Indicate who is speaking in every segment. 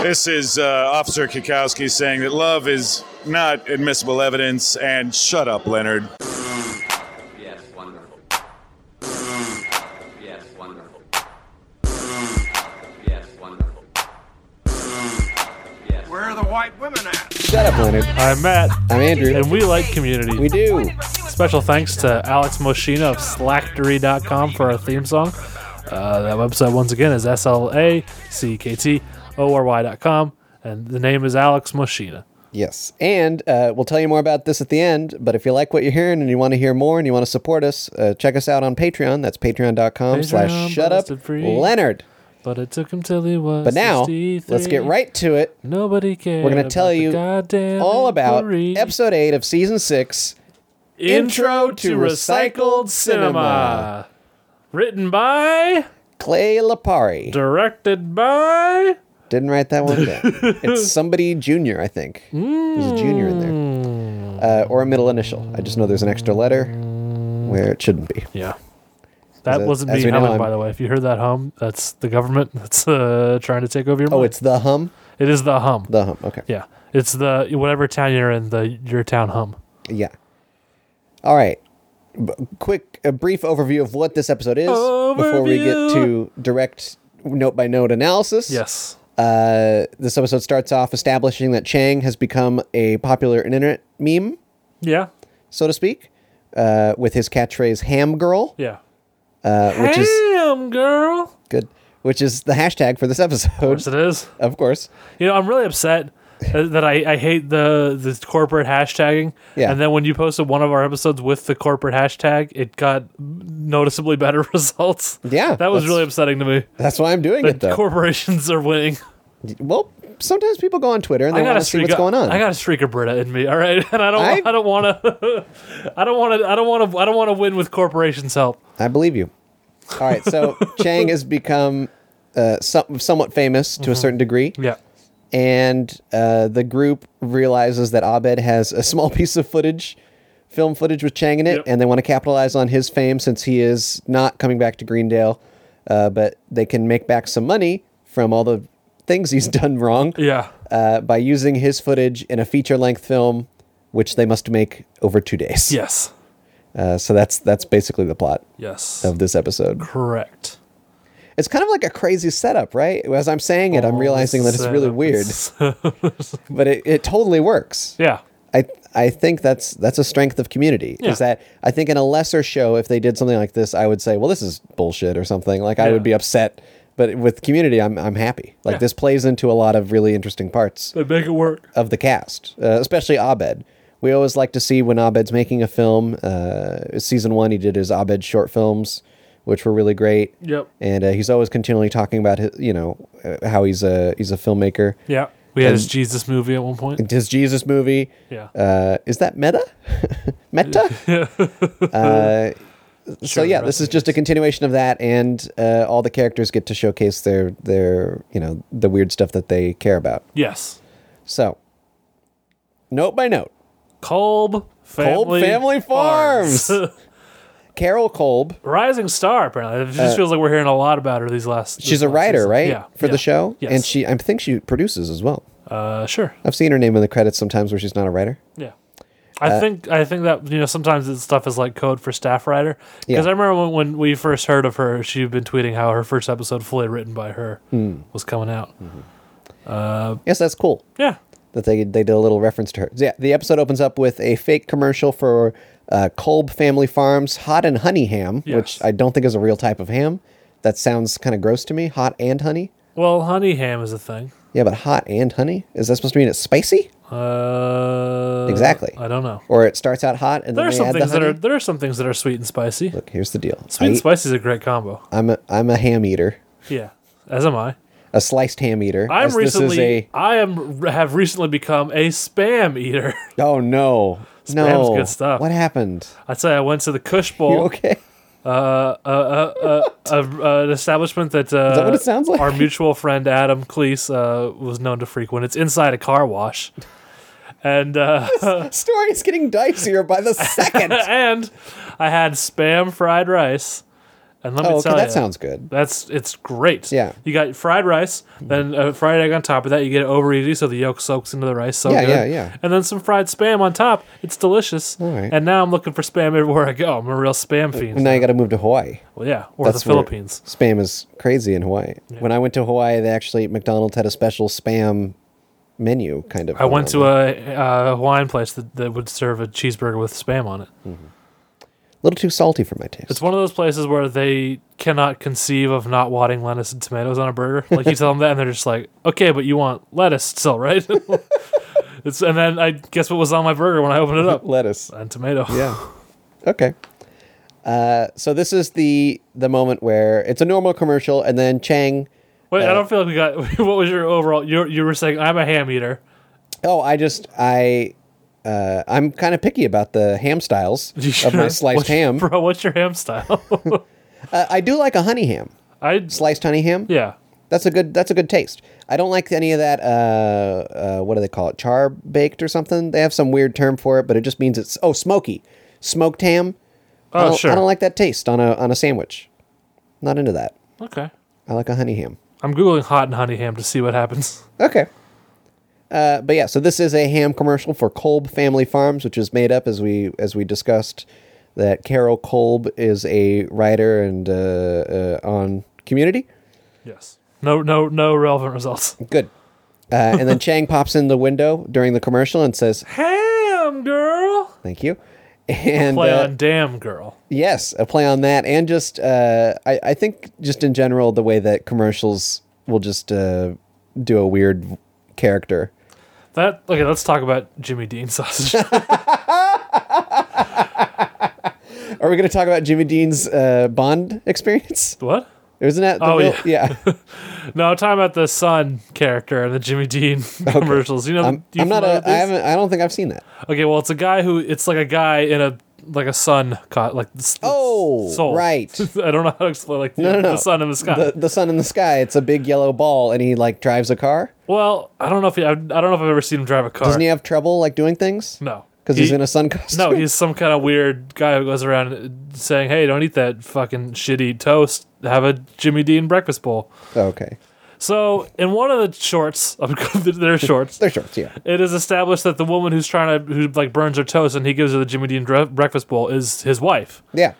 Speaker 1: This is uh, Officer Kikowski saying that love is not admissible evidence, and shut up, Leonard.
Speaker 2: Yes, wonderful. Yes, wonderful. Yes, wonderful. Yes.
Speaker 3: Where are the white women at?
Speaker 4: Shut up, Leonard.
Speaker 5: I'm Matt,
Speaker 4: I'm Andrew.
Speaker 5: and we like community.
Speaker 4: We do.
Speaker 5: Special thanks to Alex Moschina of Slacktory.com for our theme song. Uh, that website, once again, is S L A C K T O R Y.com, and the name is Alex Moschina.
Speaker 4: Yes. And uh, we'll tell you more about this at the end. But if you like what you're hearing and you want to hear more and you want to support us, uh, check us out on Patreon. That's patreon.com
Speaker 5: Patreon,
Speaker 4: slash shut up
Speaker 5: busted free.
Speaker 4: Leonard.
Speaker 5: But it took him till he was.
Speaker 4: But now,
Speaker 5: 63.
Speaker 4: let's get right to it.
Speaker 5: Nobody cares.
Speaker 4: We're going to tell you all about episode 8 of season 6. Intro to Recycled Cinema.
Speaker 5: Written by,
Speaker 4: Clay Lapari.
Speaker 5: directed by.
Speaker 4: Didn't write that one down. it's somebody junior, I think. There's a junior
Speaker 5: Hmm.
Speaker 4: in there. Uh, or a middle initial. I just know there's an extra letter where it shouldn't be.
Speaker 5: Yeah. That
Speaker 4: it-
Speaker 5: wasn't
Speaker 4: as
Speaker 5: me
Speaker 4: we know,
Speaker 5: humming,
Speaker 4: I'm-
Speaker 5: by the way. If you heard that hum, that's the government that's uh, trying to take over your.
Speaker 4: Oh,
Speaker 5: mind.
Speaker 4: it's the hum?
Speaker 5: it is the hum.
Speaker 4: The hum. Okay.
Speaker 5: yeah, it's the whatever town you're in, the your town hum.
Speaker 4: Yeah. All right. B- quick, a brief overview of what this episode is before we get
Speaker 5: Overview.
Speaker 4: to direct note by note analysis.
Speaker 5: Yes,
Speaker 4: Uh, this episode starts off establishing that Chang has become a popular internet meme,
Speaker 5: yeah,
Speaker 4: so to speak, uh, with his catchphrase "Ham Girl,"
Speaker 5: yeah.
Speaker 4: uh, which
Speaker 5: Damn,
Speaker 4: is
Speaker 5: girl. Of
Speaker 4: good, which is the hashtag for this episode,
Speaker 5: course it is.
Speaker 4: of course.
Speaker 5: You know, I'm really upset that I, I hate the the corporate hashtagging.
Speaker 4: Yeah.
Speaker 5: And then when you posted one of our episodes with the corporate hashtag, it got noticeably better results.
Speaker 4: Yeah,
Speaker 5: That was
Speaker 4: that's-
Speaker 5: really upsetting to me.
Speaker 4: That's why I'm doing it
Speaker 5: The
Speaker 4: though.
Speaker 5: corporations are winning.
Speaker 4: well, sometimes people go on Twitter and they
Speaker 5: I got
Speaker 4: want
Speaker 5: a
Speaker 4: to see
Speaker 5: streak.
Speaker 4: what's going on.
Speaker 5: I got a streak of Brita in me. All right, and I don't.
Speaker 4: I-
Speaker 5: I, don't want to. I don't want to. I don't want to. I don't want to win with corporations' help.
Speaker 4: I believe you. All right, so Chang has become uh, some, somewhat famous to a
Speaker 5: Mm-hmm.
Speaker 4: certain degree,
Speaker 5: Yeah.
Speaker 4: and uh, the group realizes that Abed has a small piece of footage, film footage with Chang in it,
Speaker 5: Yep.
Speaker 4: and they want to capitalize on his fame since he is not coming back to Greendale, uh, but they can make back some money from all the things he's done wrong
Speaker 5: Yeah.
Speaker 4: uh, by using his footage in a feature-length film, which they must make over two days.
Speaker 5: Yes.
Speaker 4: Uh, so that's that's basically the plot
Speaker 5: Yes.
Speaker 4: of this episode.
Speaker 5: Correct.
Speaker 4: It's kind of like a crazy setup, right? As I'm saying it, I'm
Speaker 5: Oh,
Speaker 4: realizing that it's really weird, but it, it totally works.
Speaker 5: yeah.
Speaker 4: I I think that's that's a strength of community.
Speaker 5: Yeah.
Speaker 4: Is that I think in a lesser show, if they did something like this, I would say, well, this is bullshit or something. Like I
Speaker 5: Yeah.
Speaker 4: would be upset, but with community, I'm I'm happy. Like
Speaker 5: Yeah.
Speaker 4: this plays into a lot of really interesting parts
Speaker 5: They make it work.
Speaker 4: of the cast, uh, especially Abed. We always like to see when Abed's making a film. Uh, season one, he did his Abed short films, which were really great.
Speaker 5: Yep.
Speaker 4: And uh, he's always continually talking about his, you know, uh, how he's a he's a filmmaker.
Speaker 5: Yeah. We had his Jesus movie at one point.
Speaker 4: His Jesus movie.
Speaker 5: Yeah.
Speaker 4: Uh, is that meta? meta? uh, so
Speaker 5: Sure,
Speaker 4: yeah,
Speaker 5: the
Speaker 4: this
Speaker 5: rest
Speaker 4: is just a continuation of that, and uh, all the characters get to showcase their their you know the weird stuff that they care about.
Speaker 5: yes.
Speaker 4: So, note by note,
Speaker 5: Kolb
Speaker 4: Kolb
Speaker 5: Family,
Speaker 4: Family Farms. Carol Kolb,
Speaker 5: Rising star, apparently. It just feels like we're hearing a lot about her these
Speaker 4: Uh,
Speaker 5: last.
Speaker 4: she's
Speaker 5: this
Speaker 4: a
Speaker 5: last
Speaker 4: writer,
Speaker 5: season.
Speaker 4: right?
Speaker 5: Yeah.
Speaker 4: For
Speaker 5: yeah.
Speaker 4: the show,
Speaker 5: Yes.
Speaker 4: and she I think she produces as well.
Speaker 5: Uh, sure.
Speaker 4: I've seen her name in the credits sometimes where she's not a writer.
Speaker 5: Yeah. I
Speaker 4: Uh,
Speaker 5: think I think that you know sometimes this stuff is like code for staff writer
Speaker 4: Yeah.
Speaker 5: because I remember when, when we first heard of her, she'd been tweeting how her first episode fully written by her
Speaker 4: Hmm.
Speaker 5: was coming out.
Speaker 4: Yes, that's cool.
Speaker 5: Yeah,
Speaker 4: that they they did a little reference to her. Yeah, the episode opens up with a fake commercial for uh, Kolb Family Farms hot and honey ham, which
Speaker 5: Yes.
Speaker 4: I don't think is a real type of ham. That sounds kind of gross to me. Hot and honey.
Speaker 5: well, honey ham is a thing.
Speaker 4: Yeah, but hot and honey is that supposed to mean it's spicy?
Speaker 5: Uh,
Speaker 4: Exactly.
Speaker 5: I don't know.
Speaker 4: Or it starts out hot and then
Speaker 5: There are
Speaker 4: they
Speaker 5: some
Speaker 4: add the
Speaker 5: things that
Speaker 4: honey.
Speaker 5: are there are some things that are sweet and spicy.
Speaker 4: Look, here's the deal.
Speaker 5: Sweet
Speaker 4: I
Speaker 5: and
Speaker 4: eat-
Speaker 5: spicy is a great combo.
Speaker 4: I'm a I'm a ham eater,
Speaker 5: Yeah, as am I.
Speaker 4: a sliced ham eater.
Speaker 5: I'm
Speaker 4: as This is
Speaker 5: recently
Speaker 4: a,
Speaker 5: I am have recently become a spam eater.
Speaker 4: oh no, no.
Speaker 5: good stuff. Oh.
Speaker 4: What happened?
Speaker 5: I'd say I went to the Kush
Speaker 4: You
Speaker 5: Bowl.
Speaker 4: okay?
Speaker 5: a, a, an establishment that, uh,
Speaker 4: that what it sounds like?
Speaker 5: our mutual friend Adam Cleese uh, was known to frequent. It's inside a car wash, and uh,
Speaker 4: Story is getting dicier by the second.
Speaker 5: and I had spam fried rice, And let me
Speaker 4: Oh,
Speaker 5: tell
Speaker 4: okay, that
Speaker 5: you,
Speaker 4: sounds good.
Speaker 5: That's it's great.
Speaker 4: Yeah.
Speaker 5: you got fried rice, then a fried egg on top of that. You get it over easy, so the yolk soaks into the rice. So
Speaker 4: Yeah,
Speaker 5: good.
Speaker 4: yeah, yeah.
Speaker 5: And then some fried spam on top. It's delicious.
Speaker 4: All right.
Speaker 5: And now I'm looking for spam everywhere I go. I'm a real spam
Speaker 4: And
Speaker 5: fiend.
Speaker 4: now you got to move to Hawaii.
Speaker 5: Well, yeah, or
Speaker 4: That's
Speaker 5: the
Speaker 4: where
Speaker 5: Philippines.
Speaker 4: Spam is crazy in Hawaii. When I went to Hawaii, they actually McDonald's had a special spam menu kind of.
Speaker 5: I went to a, uh Hawaiian place that, that would serve a cheeseburger with spam on it.
Speaker 4: little too salty for my taste.
Speaker 5: It's one of those places where they cannot conceive of not wanting lettuce and tomatoes on a burger. Like you tell them that, and they're just like, "Okay, but you want lettuce still, right?" it's, and then I guess what was on my burger when I opened it up
Speaker 4: lettuce.
Speaker 5: and tomato.
Speaker 4: Yeah. Okay. Uh, so this is the the moment where it's a normal commercial, and then Chang.
Speaker 5: Wait, I don't feel like we got. What was your overall? You you were saying I'm a ham eater.
Speaker 4: Oh, I just I uh, I'm kind of picky about the ham styles of my sliced
Speaker 5: What's-
Speaker 4: ham.
Speaker 5: bro. What's your ham style?
Speaker 4: Uh, I do like a honey ham,
Speaker 5: I
Speaker 4: sliced honey ham.
Speaker 5: yeah.
Speaker 4: That's a good. That's a good taste. I don't like any of that. Uh, uh, what do they call it? Char baked or something? They have some weird term for it, but it just means it's oh smoky, smoked ham. I
Speaker 5: Oh
Speaker 4: don't-
Speaker 5: sure.
Speaker 4: I don't like that taste on a on a sandwich. Not into that.
Speaker 5: okay.
Speaker 4: I like a honey ham.
Speaker 5: I'm googling hot and honey ham to see what happens.
Speaker 4: Okay. Uh, but yeah, so this is a ham commercial for Kolb Family Farms, which is made up as we as we discussed that Carol Kolb is a writer and uh, uh, on Community.
Speaker 5: Yes. No no no relevant results.
Speaker 4: Good. Uh, and then Chang pops in the window during the commercial and says,
Speaker 5: Ham girl.
Speaker 4: "Thank you." And
Speaker 5: Play
Speaker 4: uh,
Speaker 5: on damn girl.
Speaker 4: Yes, a play on that, and just uh, I, I think just in general the way that commercials will just uh, do a weird character.
Speaker 5: That okay. Let's talk about Jimmy Dean sausage.
Speaker 4: Are we going to talk about Jimmy Dean's uh, Bond experience?
Speaker 5: what?
Speaker 4: Isn't that? The
Speaker 5: Oh,
Speaker 4: real- yeah.
Speaker 5: No, I'm talking about the son character and the Jimmy Dean commercials. You know,
Speaker 4: I'm,
Speaker 5: you
Speaker 4: I'm not.
Speaker 5: familiar
Speaker 4: A,
Speaker 5: with
Speaker 4: I
Speaker 5: these?
Speaker 4: haven't. I don't think I've seen that.
Speaker 5: Okay, well, it's a guy who it's like a guy in a like a sun caught like s-
Speaker 4: Oh,
Speaker 5: soul.
Speaker 4: right.
Speaker 5: I don't know how to explain like
Speaker 4: No,
Speaker 5: the,
Speaker 4: no, no.
Speaker 5: the sun in the sky.
Speaker 4: The, the sun in the sky. It's a big yellow ball, and he like drives a car.
Speaker 5: well, I don't know if he, I, I don't know if I've ever seen him drive a car.
Speaker 4: Doesn't he have trouble like doing things?
Speaker 5: no,
Speaker 4: because he's
Speaker 5: He-
Speaker 4: in a sun costume.
Speaker 5: No, he's some kind of weird guy who goes around saying, "Hey, don't eat that fucking shitty toast. Have a Jimmy Dean breakfast bowl."
Speaker 4: okay.
Speaker 5: So, in one of the shorts, they're shorts.
Speaker 4: They're shorts. Yeah.
Speaker 5: it is established that the woman who's trying to who like burns her toast and he gives her the Jimmy Dean dre- breakfast bowl is his wife.
Speaker 4: Yeah.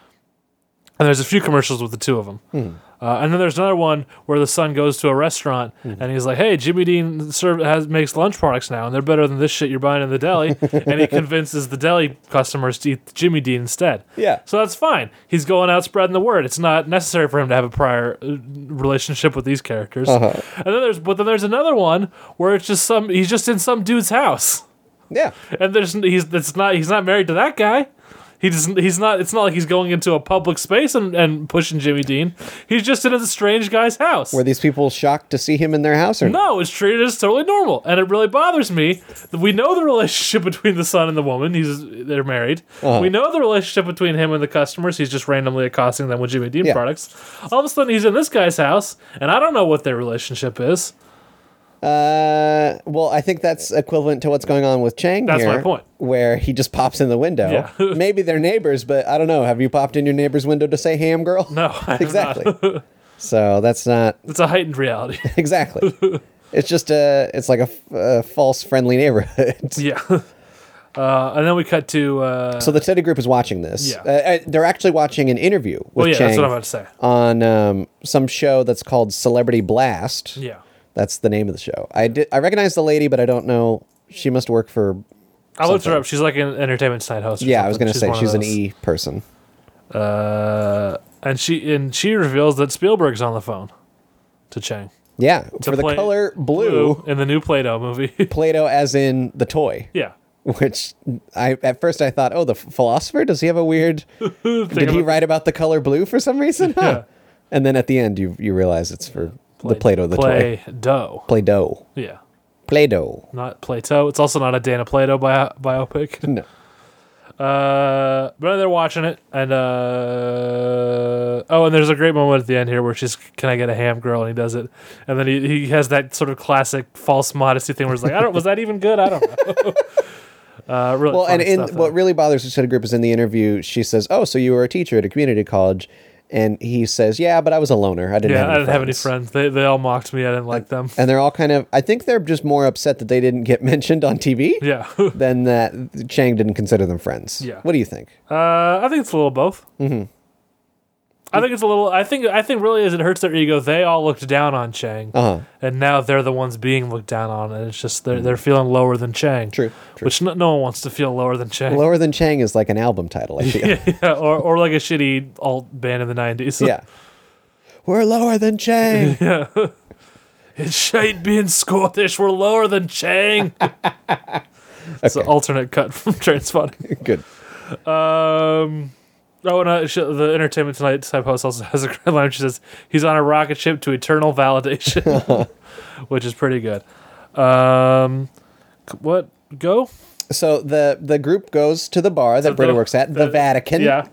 Speaker 5: And there's a few commercials with the two of them. Uh, and then there's another one where the son goes to a restaurant and he's like, "Hey, Jimmy Dean serve, has makes lunch products now, and they're better than this shit you're buying in the deli." and he convinces the deli customers to eat Jimmy Dean instead.
Speaker 4: Yeah.
Speaker 5: So that's fine. He's going out spreading the word. It's not necessary for him to have a prior uh, relationship with these characters. And then there's but then there's another one where it's just some he's just in some dude's house
Speaker 4: Yeah.
Speaker 5: and there's he's that's not he's not married to that guy. He doesn't. He's not. It's not like he's going into a public space and, and pushing Jimmy Dean. He's just in a strange guy's house.
Speaker 4: Were these people shocked to see him in their house or
Speaker 5: no, it's treated as totally normal, and it really bothers me. that We know the relationship between the son and the woman. He's they're married.
Speaker 4: Uh-huh.
Speaker 5: We know the relationship between him and the customers. He's just randomly accosting them with Jimmy Dean
Speaker 4: Yeah.
Speaker 5: products. All of a sudden, he's in this guy's house, and I don't know what their relationship is.
Speaker 4: Uh, well, I think that's equivalent to what's going on with Chang.
Speaker 5: That's my
Speaker 4: here,
Speaker 5: point.
Speaker 4: Where he just pops in the window.
Speaker 5: Yeah.
Speaker 4: Maybe they're neighbors, but I don't know. Have you popped in your neighbor's window to say "ham girl"?
Speaker 5: No, I have
Speaker 4: exactly.
Speaker 5: not.
Speaker 4: so that's not
Speaker 5: It's a heightened reality.
Speaker 4: exactly. it's just a. It's like a, f- a false friendly neighborhood.
Speaker 5: yeah. Uh, and then we cut to. Uh,
Speaker 4: So the Teddy Group is watching this.
Speaker 5: Yeah.
Speaker 4: Uh, Uh, they're actually watching an interview with
Speaker 5: well, yeah,
Speaker 4: Chang
Speaker 5: that's what I'm about to say.
Speaker 4: on um, some show that's called Celebrity Blast.
Speaker 5: Yeah.
Speaker 4: That's the name of the show. I did. I recognize the lady, but I don't know. She must work for
Speaker 5: I looked her
Speaker 4: something.
Speaker 5: up. She's like an entertainment side host. or
Speaker 4: Yeah, I was
Speaker 5: something.
Speaker 4: gonna say
Speaker 5: one of
Speaker 4: she's an
Speaker 5: those.
Speaker 4: E person.
Speaker 5: Uh, and she and she reveals that Spielberg's on the phone to Chang
Speaker 4: Yeah,
Speaker 5: To
Speaker 4: for the
Speaker 5: play
Speaker 4: color blue,
Speaker 5: in the new Play-Doh movie.
Speaker 4: Plato as in the toy.
Speaker 5: yeah.
Speaker 4: Which I at first I thought, oh, the ph- philosopher does he have a weird? did he
Speaker 5: about-
Speaker 4: write about the color blue for some reason? Huh. And then at the end, you you realize it's for the Plato the toy.
Speaker 5: Play-Doh.
Speaker 4: Play doh.
Speaker 5: Yeah.
Speaker 4: Play doh.
Speaker 5: Not Plato. It's also not a Dana Plato bio- biopic.
Speaker 4: No.
Speaker 5: Uh, but they're watching it, and uh, oh, and there's a great moment at the end here where she's, "Can I get a ham girl?" and he does it, and then he, he has that sort of classic false modesty thing where he's like, "I don't, was that even good? I don't know." uh, really
Speaker 4: Well, and
Speaker 5: funny
Speaker 4: in
Speaker 5: stuff there.
Speaker 4: what really bothers Lucetta Group is in the interview, she says, "Oh, so you were a teacher at a community college." And he says, "Yeah, but I was a loner. I didn't
Speaker 5: Yeah,
Speaker 4: have any
Speaker 5: I didn't
Speaker 4: friends.
Speaker 5: have any friends. They, they all mocked me. I didn't like them.
Speaker 4: And they're all kind of. I think they're just more upset that they didn't get mentioned on TV
Speaker 5: Yeah.
Speaker 4: than that Chang didn't consider them friends.
Speaker 5: Yeah.
Speaker 4: What do you think?
Speaker 5: Uh, I think it's a little both. Mm-hmm. I think it's a little. I think. I think really, as it hurts their ego, they all looked down on Chang,
Speaker 4: Uh-huh. Mm-hmm.
Speaker 5: and now they're the ones being looked down on, and it's just they're they're feeling lower than Chang.
Speaker 4: True, true.
Speaker 5: Which no, no one wants to feel lower than Chang.
Speaker 4: Lower than Chang is like an album title. I feel.
Speaker 5: yeah, or or like a shitty alt band in the nineties.
Speaker 4: yeah. We're lower than Chang.
Speaker 5: it's shite being Scottish. We're lower than Chang. It's an alternate cut from Trainspotting.
Speaker 4: Good.
Speaker 5: Um, oh, and uh, sh- the Entertainment Tonight type host also has a great line. She says, "He's on a rocket ship to eternal validation," which is pretty good. Um, c- what go?
Speaker 4: So the the group goes to the bar that Britta
Speaker 5: the-
Speaker 4: works at, the, Vatican.
Speaker 5: Yeah,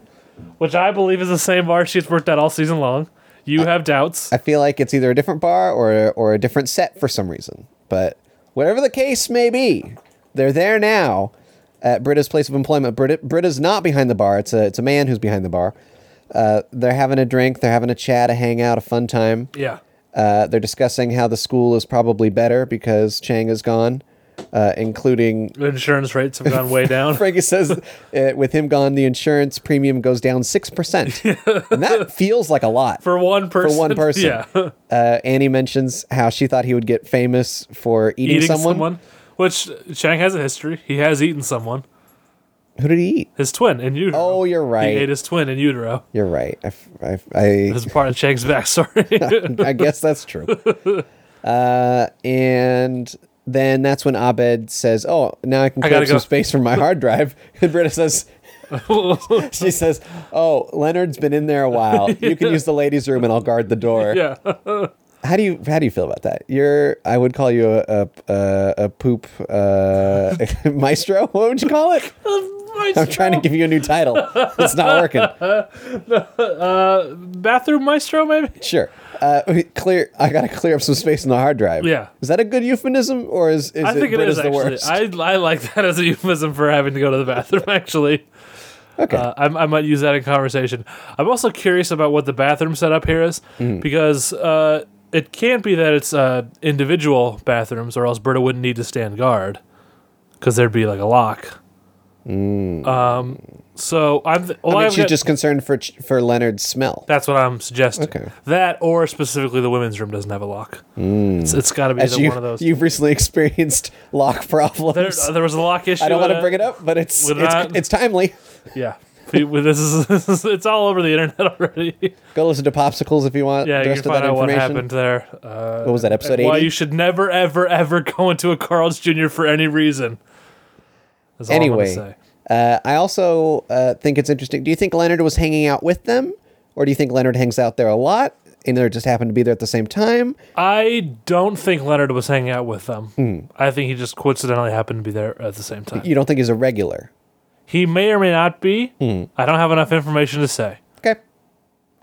Speaker 5: which I believe is the same bar she's worked at all season long. You have doubts.
Speaker 4: I feel like it's either a different bar or or a different set for some reason. But whatever the case may be, they're there now at Britta's place of employment. Britta, Britta's not behind the bar. It's a it's a man who's behind the bar. Uh, they're having a drink. They're having a chat, a hangout, a fun time.
Speaker 5: yeah,
Speaker 4: Uh, they're discussing how the school is probably better because Chang is gone, uh, including
Speaker 5: the insurance rates have gone way down.
Speaker 4: Frankie says, uh, with him gone, the insurance premium goes down 6%. and that feels like a lot.
Speaker 5: For one person,
Speaker 4: one person.
Speaker 5: yeah,
Speaker 4: uh, Annie mentions how she thought he would get famous for eating,
Speaker 5: eating
Speaker 4: someone.
Speaker 5: someone. Which Chang has a history. He has eaten someone.
Speaker 4: Who did he eat?
Speaker 5: His twin in utero.
Speaker 4: Oh, you're
Speaker 5: He
Speaker 4: right.
Speaker 5: ate his twin in utero.
Speaker 4: You're right. I, f- I f- I-
Speaker 5: It's part of Chang's backstory.
Speaker 4: I guess that's true. Uh, and then that's when Abed says, "Oh, now I can
Speaker 5: I
Speaker 4: clear up
Speaker 5: gotta
Speaker 4: some
Speaker 5: go."
Speaker 4: space from my hard drive." And Britta says, "She says, oh, Leonard's been in there a while. You can use the ladies' room, and I'll guard the door."
Speaker 5: yeah.
Speaker 4: How do you how do you feel about that? You're I would call you a a, a, a poop uh, maestro. What would you call it? I'm trying to give you a new title. It's not working.
Speaker 5: bathroom maestro, maybe.
Speaker 4: Sure. Uh, clear. I gotta clear up some space in the hard drive.
Speaker 5: Yeah.
Speaker 4: Is that a good euphemism, or is, is
Speaker 5: I think
Speaker 4: it,
Speaker 5: it is
Speaker 4: the
Speaker 5: actually.
Speaker 4: worst?
Speaker 5: I, I like that as a euphemism for having to go to the bathroom. Actually,
Speaker 4: okay.
Speaker 5: uh, I, I might use that in conversation. I'm also curious about what the bathroom setup here is
Speaker 4: Mm.
Speaker 5: because uh, it can't be that it's uh, individual bathrooms, or else Berta wouldn't need to stand guard because there'd be like a lock. Um. So I'm. Th-
Speaker 4: Mm.
Speaker 5: well,
Speaker 4: I mean,
Speaker 5: I've
Speaker 4: she's
Speaker 5: got-
Speaker 4: just concerned for ch- for Leonard's smell.
Speaker 5: That's what I'm suggesting.
Speaker 4: Okay.
Speaker 5: That or specifically the women's room doesn't have a lock. It's, it's got to be
Speaker 4: Mm. As
Speaker 5: either
Speaker 4: you
Speaker 5: one of those.
Speaker 4: you've recently experienced lock
Speaker 5: there, uh,
Speaker 4: problems.
Speaker 5: there was a lock issue.
Speaker 4: I don't want to
Speaker 5: uh,
Speaker 4: bring it up, but it's
Speaker 5: We're
Speaker 4: it's,
Speaker 5: not-
Speaker 4: it's timely.
Speaker 5: Yeah. People- This is, this is it's all over the internet already.
Speaker 4: Go listen to popsicles if you want.
Speaker 5: Yeah,
Speaker 4: the
Speaker 5: you
Speaker 4: rest
Speaker 5: can
Speaker 4: of that
Speaker 5: find out what
Speaker 4: information.
Speaker 5: happened there. Uh,
Speaker 4: What was that episode
Speaker 5: why you
Speaker 4: eighty?
Speaker 5: should never, ever, ever go into a Carl's Jr. for any reason. That's all I'm gonna
Speaker 4: Anyway,
Speaker 5: say.
Speaker 4: uh, I also uh, think it's interesting. Do you think Leonard was hanging out with them, or do you think Leonard hangs out there a lot and they just happened to be there at the same time?
Speaker 5: I don't think Leonard was hanging out with them.
Speaker 4: Hmm.
Speaker 5: I think he just coincidentally happened to be there at the same time.
Speaker 4: You don't think he's a regular?
Speaker 5: He may or may not be.
Speaker 4: Hmm.
Speaker 5: I don't have enough information to say.
Speaker 4: Okay.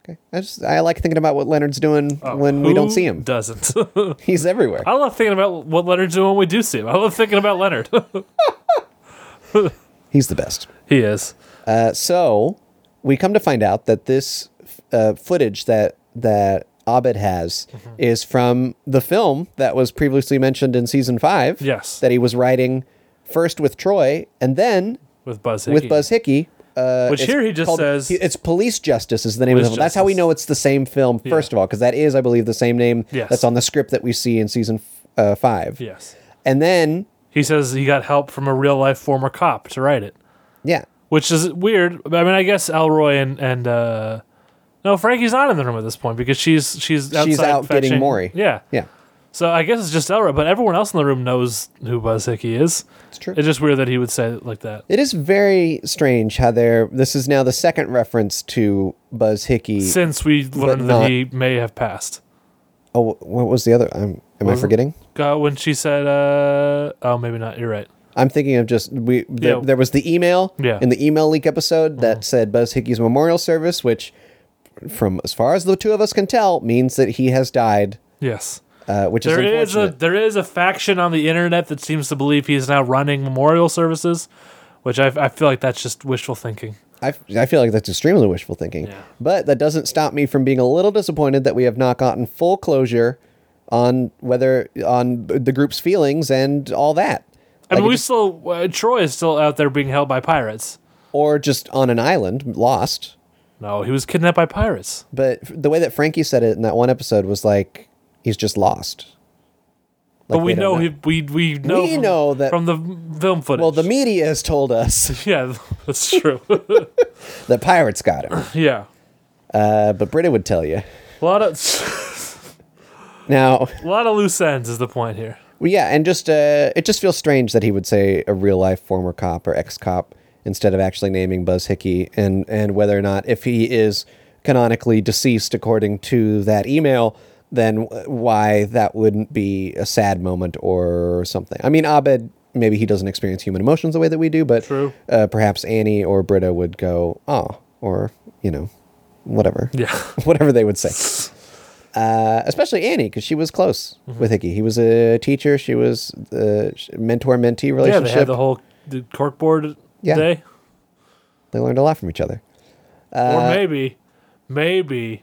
Speaker 4: Okay. I just I like thinking about what Leonard's doing when we
Speaker 5: Uh, Who
Speaker 4: don't see him.
Speaker 5: Doesn't.
Speaker 4: He's everywhere.
Speaker 5: I love thinking about what Leonard's doing when we do see him. I love thinking about Leonard.
Speaker 4: He's the best.
Speaker 5: he is.
Speaker 4: Uh, so we come to find out that this uh, footage that that Abed has
Speaker 5: Mm-hmm.
Speaker 4: is from the film that was previously mentioned in season five.
Speaker 5: Yes.
Speaker 4: That he was writing first with Troy and then
Speaker 5: With Buzz
Speaker 4: with
Speaker 5: Hickey.
Speaker 4: Buzz Hickey. Uh,
Speaker 5: Which
Speaker 4: it's
Speaker 5: here he just says-
Speaker 4: it's Police Justice is the name of the
Speaker 5: Police
Speaker 4: film. That's how we
Speaker 5: Justice.
Speaker 4: know it's the same film. First of all, because that is, I believe, the same name
Speaker 5: Yes.
Speaker 4: that's on the script that we see in season f- uh, five.
Speaker 5: Yes.
Speaker 4: And then,
Speaker 5: He says he got help from a real life former cop to write it,
Speaker 4: yeah,
Speaker 5: which is weird. I mean, I guess Elroy and and uh, no, Frankie's not in the room at this point because she's she's outside
Speaker 4: She's out getting
Speaker 5: fetching-
Speaker 4: Maury.
Speaker 5: Yeah.
Speaker 4: yeah,
Speaker 5: So I guess it's just Elroy, but everyone else in the room knows who Buzz Hickey is.
Speaker 4: it's true.
Speaker 5: It's just weird that he would say it like that.
Speaker 4: It is very strange how they're. This is now the second reference to Buzz Hickey.
Speaker 5: Since we learned
Speaker 4: not-
Speaker 5: that he may have passed.
Speaker 4: oh, what was the other? I'm, am I
Speaker 5: Wasn't-
Speaker 4: forgetting?
Speaker 5: Uh, when she said, uh, "Oh, maybe not." You're right.
Speaker 4: I'm thinking of just we. There,
Speaker 5: Yeah.
Speaker 4: there was the email
Speaker 5: Yeah. Uh-huh.
Speaker 4: in the email leak episode that said Buzz Hickey's memorial service, which, from as far as the two of us can tell, means that he has died,
Speaker 5: Yes,
Speaker 4: uh, which
Speaker 5: there
Speaker 4: is
Speaker 5: is a
Speaker 4: unfortunate.
Speaker 5: there is a faction on the internet that seems to believe he is now running memorial services, which I, I feel like that's just wishful thinking.
Speaker 4: I, I feel like that's extremely wishful thinking.
Speaker 5: Yeah.
Speaker 4: But that doesn't stop me from being a little disappointed that we have not gotten full closure on whether on the group's feelings and all that.
Speaker 5: I mean,
Speaker 4: Like,
Speaker 5: we still uh, Troy is still out there being held by pirates.
Speaker 4: or just on an island, lost.
Speaker 5: No, he was kidnapped by pirates.
Speaker 4: But f- the way that Frankie said it in that one episode was like he's just lost.
Speaker 5: But
Speaker 4: Like,
Speaker 5: we
Speaker 4: don't
Speaker 5: know, he, we we know
Speaker 4: We
Speaker 5: from,
Speaker 4: know that-
Speaker 5: from the film footage.
Speaker 4: Well, the media has told us
Speaker 5: yeah, that's true.
Speaker 4: that pirates got him,
Speaker 5: yeah,
Speaker 4: uh, but Britta would tell you.
Speaker 5: a lot of
Speaker 4: Now,
Speaker 5: a lot of loose ends is the point here.
Speaker 4: well, yeah, and just uh, it just feels strange that he would say a real life former cop or ex cop instead of actually naming Buzz Hickey, and and whether or not if he is canonically deceased according to that email, then wh- why that wouldn't be a sad moment or something. I mean, Abed maybe he doesn't experience human emotions the way that we do, but
Speaker 5: True.
Speaker 4: Uh, perhaps Annie or Britta would go oh, or you know, whatever.
Speaker 5: Yeah.
Speaker 4: whatever they would say. Uh, especially Annie, because she was close
Speaker 5: Mm-hmm.
Speaker 4: with Hickey. He was a teacher. She was the mentor mentee
Speaker 5: Yeah,
Speaker 4: relationship.
Speaker 5: they had the whole the corkboard
Speaker 4: Yeah.
Speaker 5: day,
Speaker 4: They learned a lot from each other. Uh,
Speaker 5: or maybe, maybe,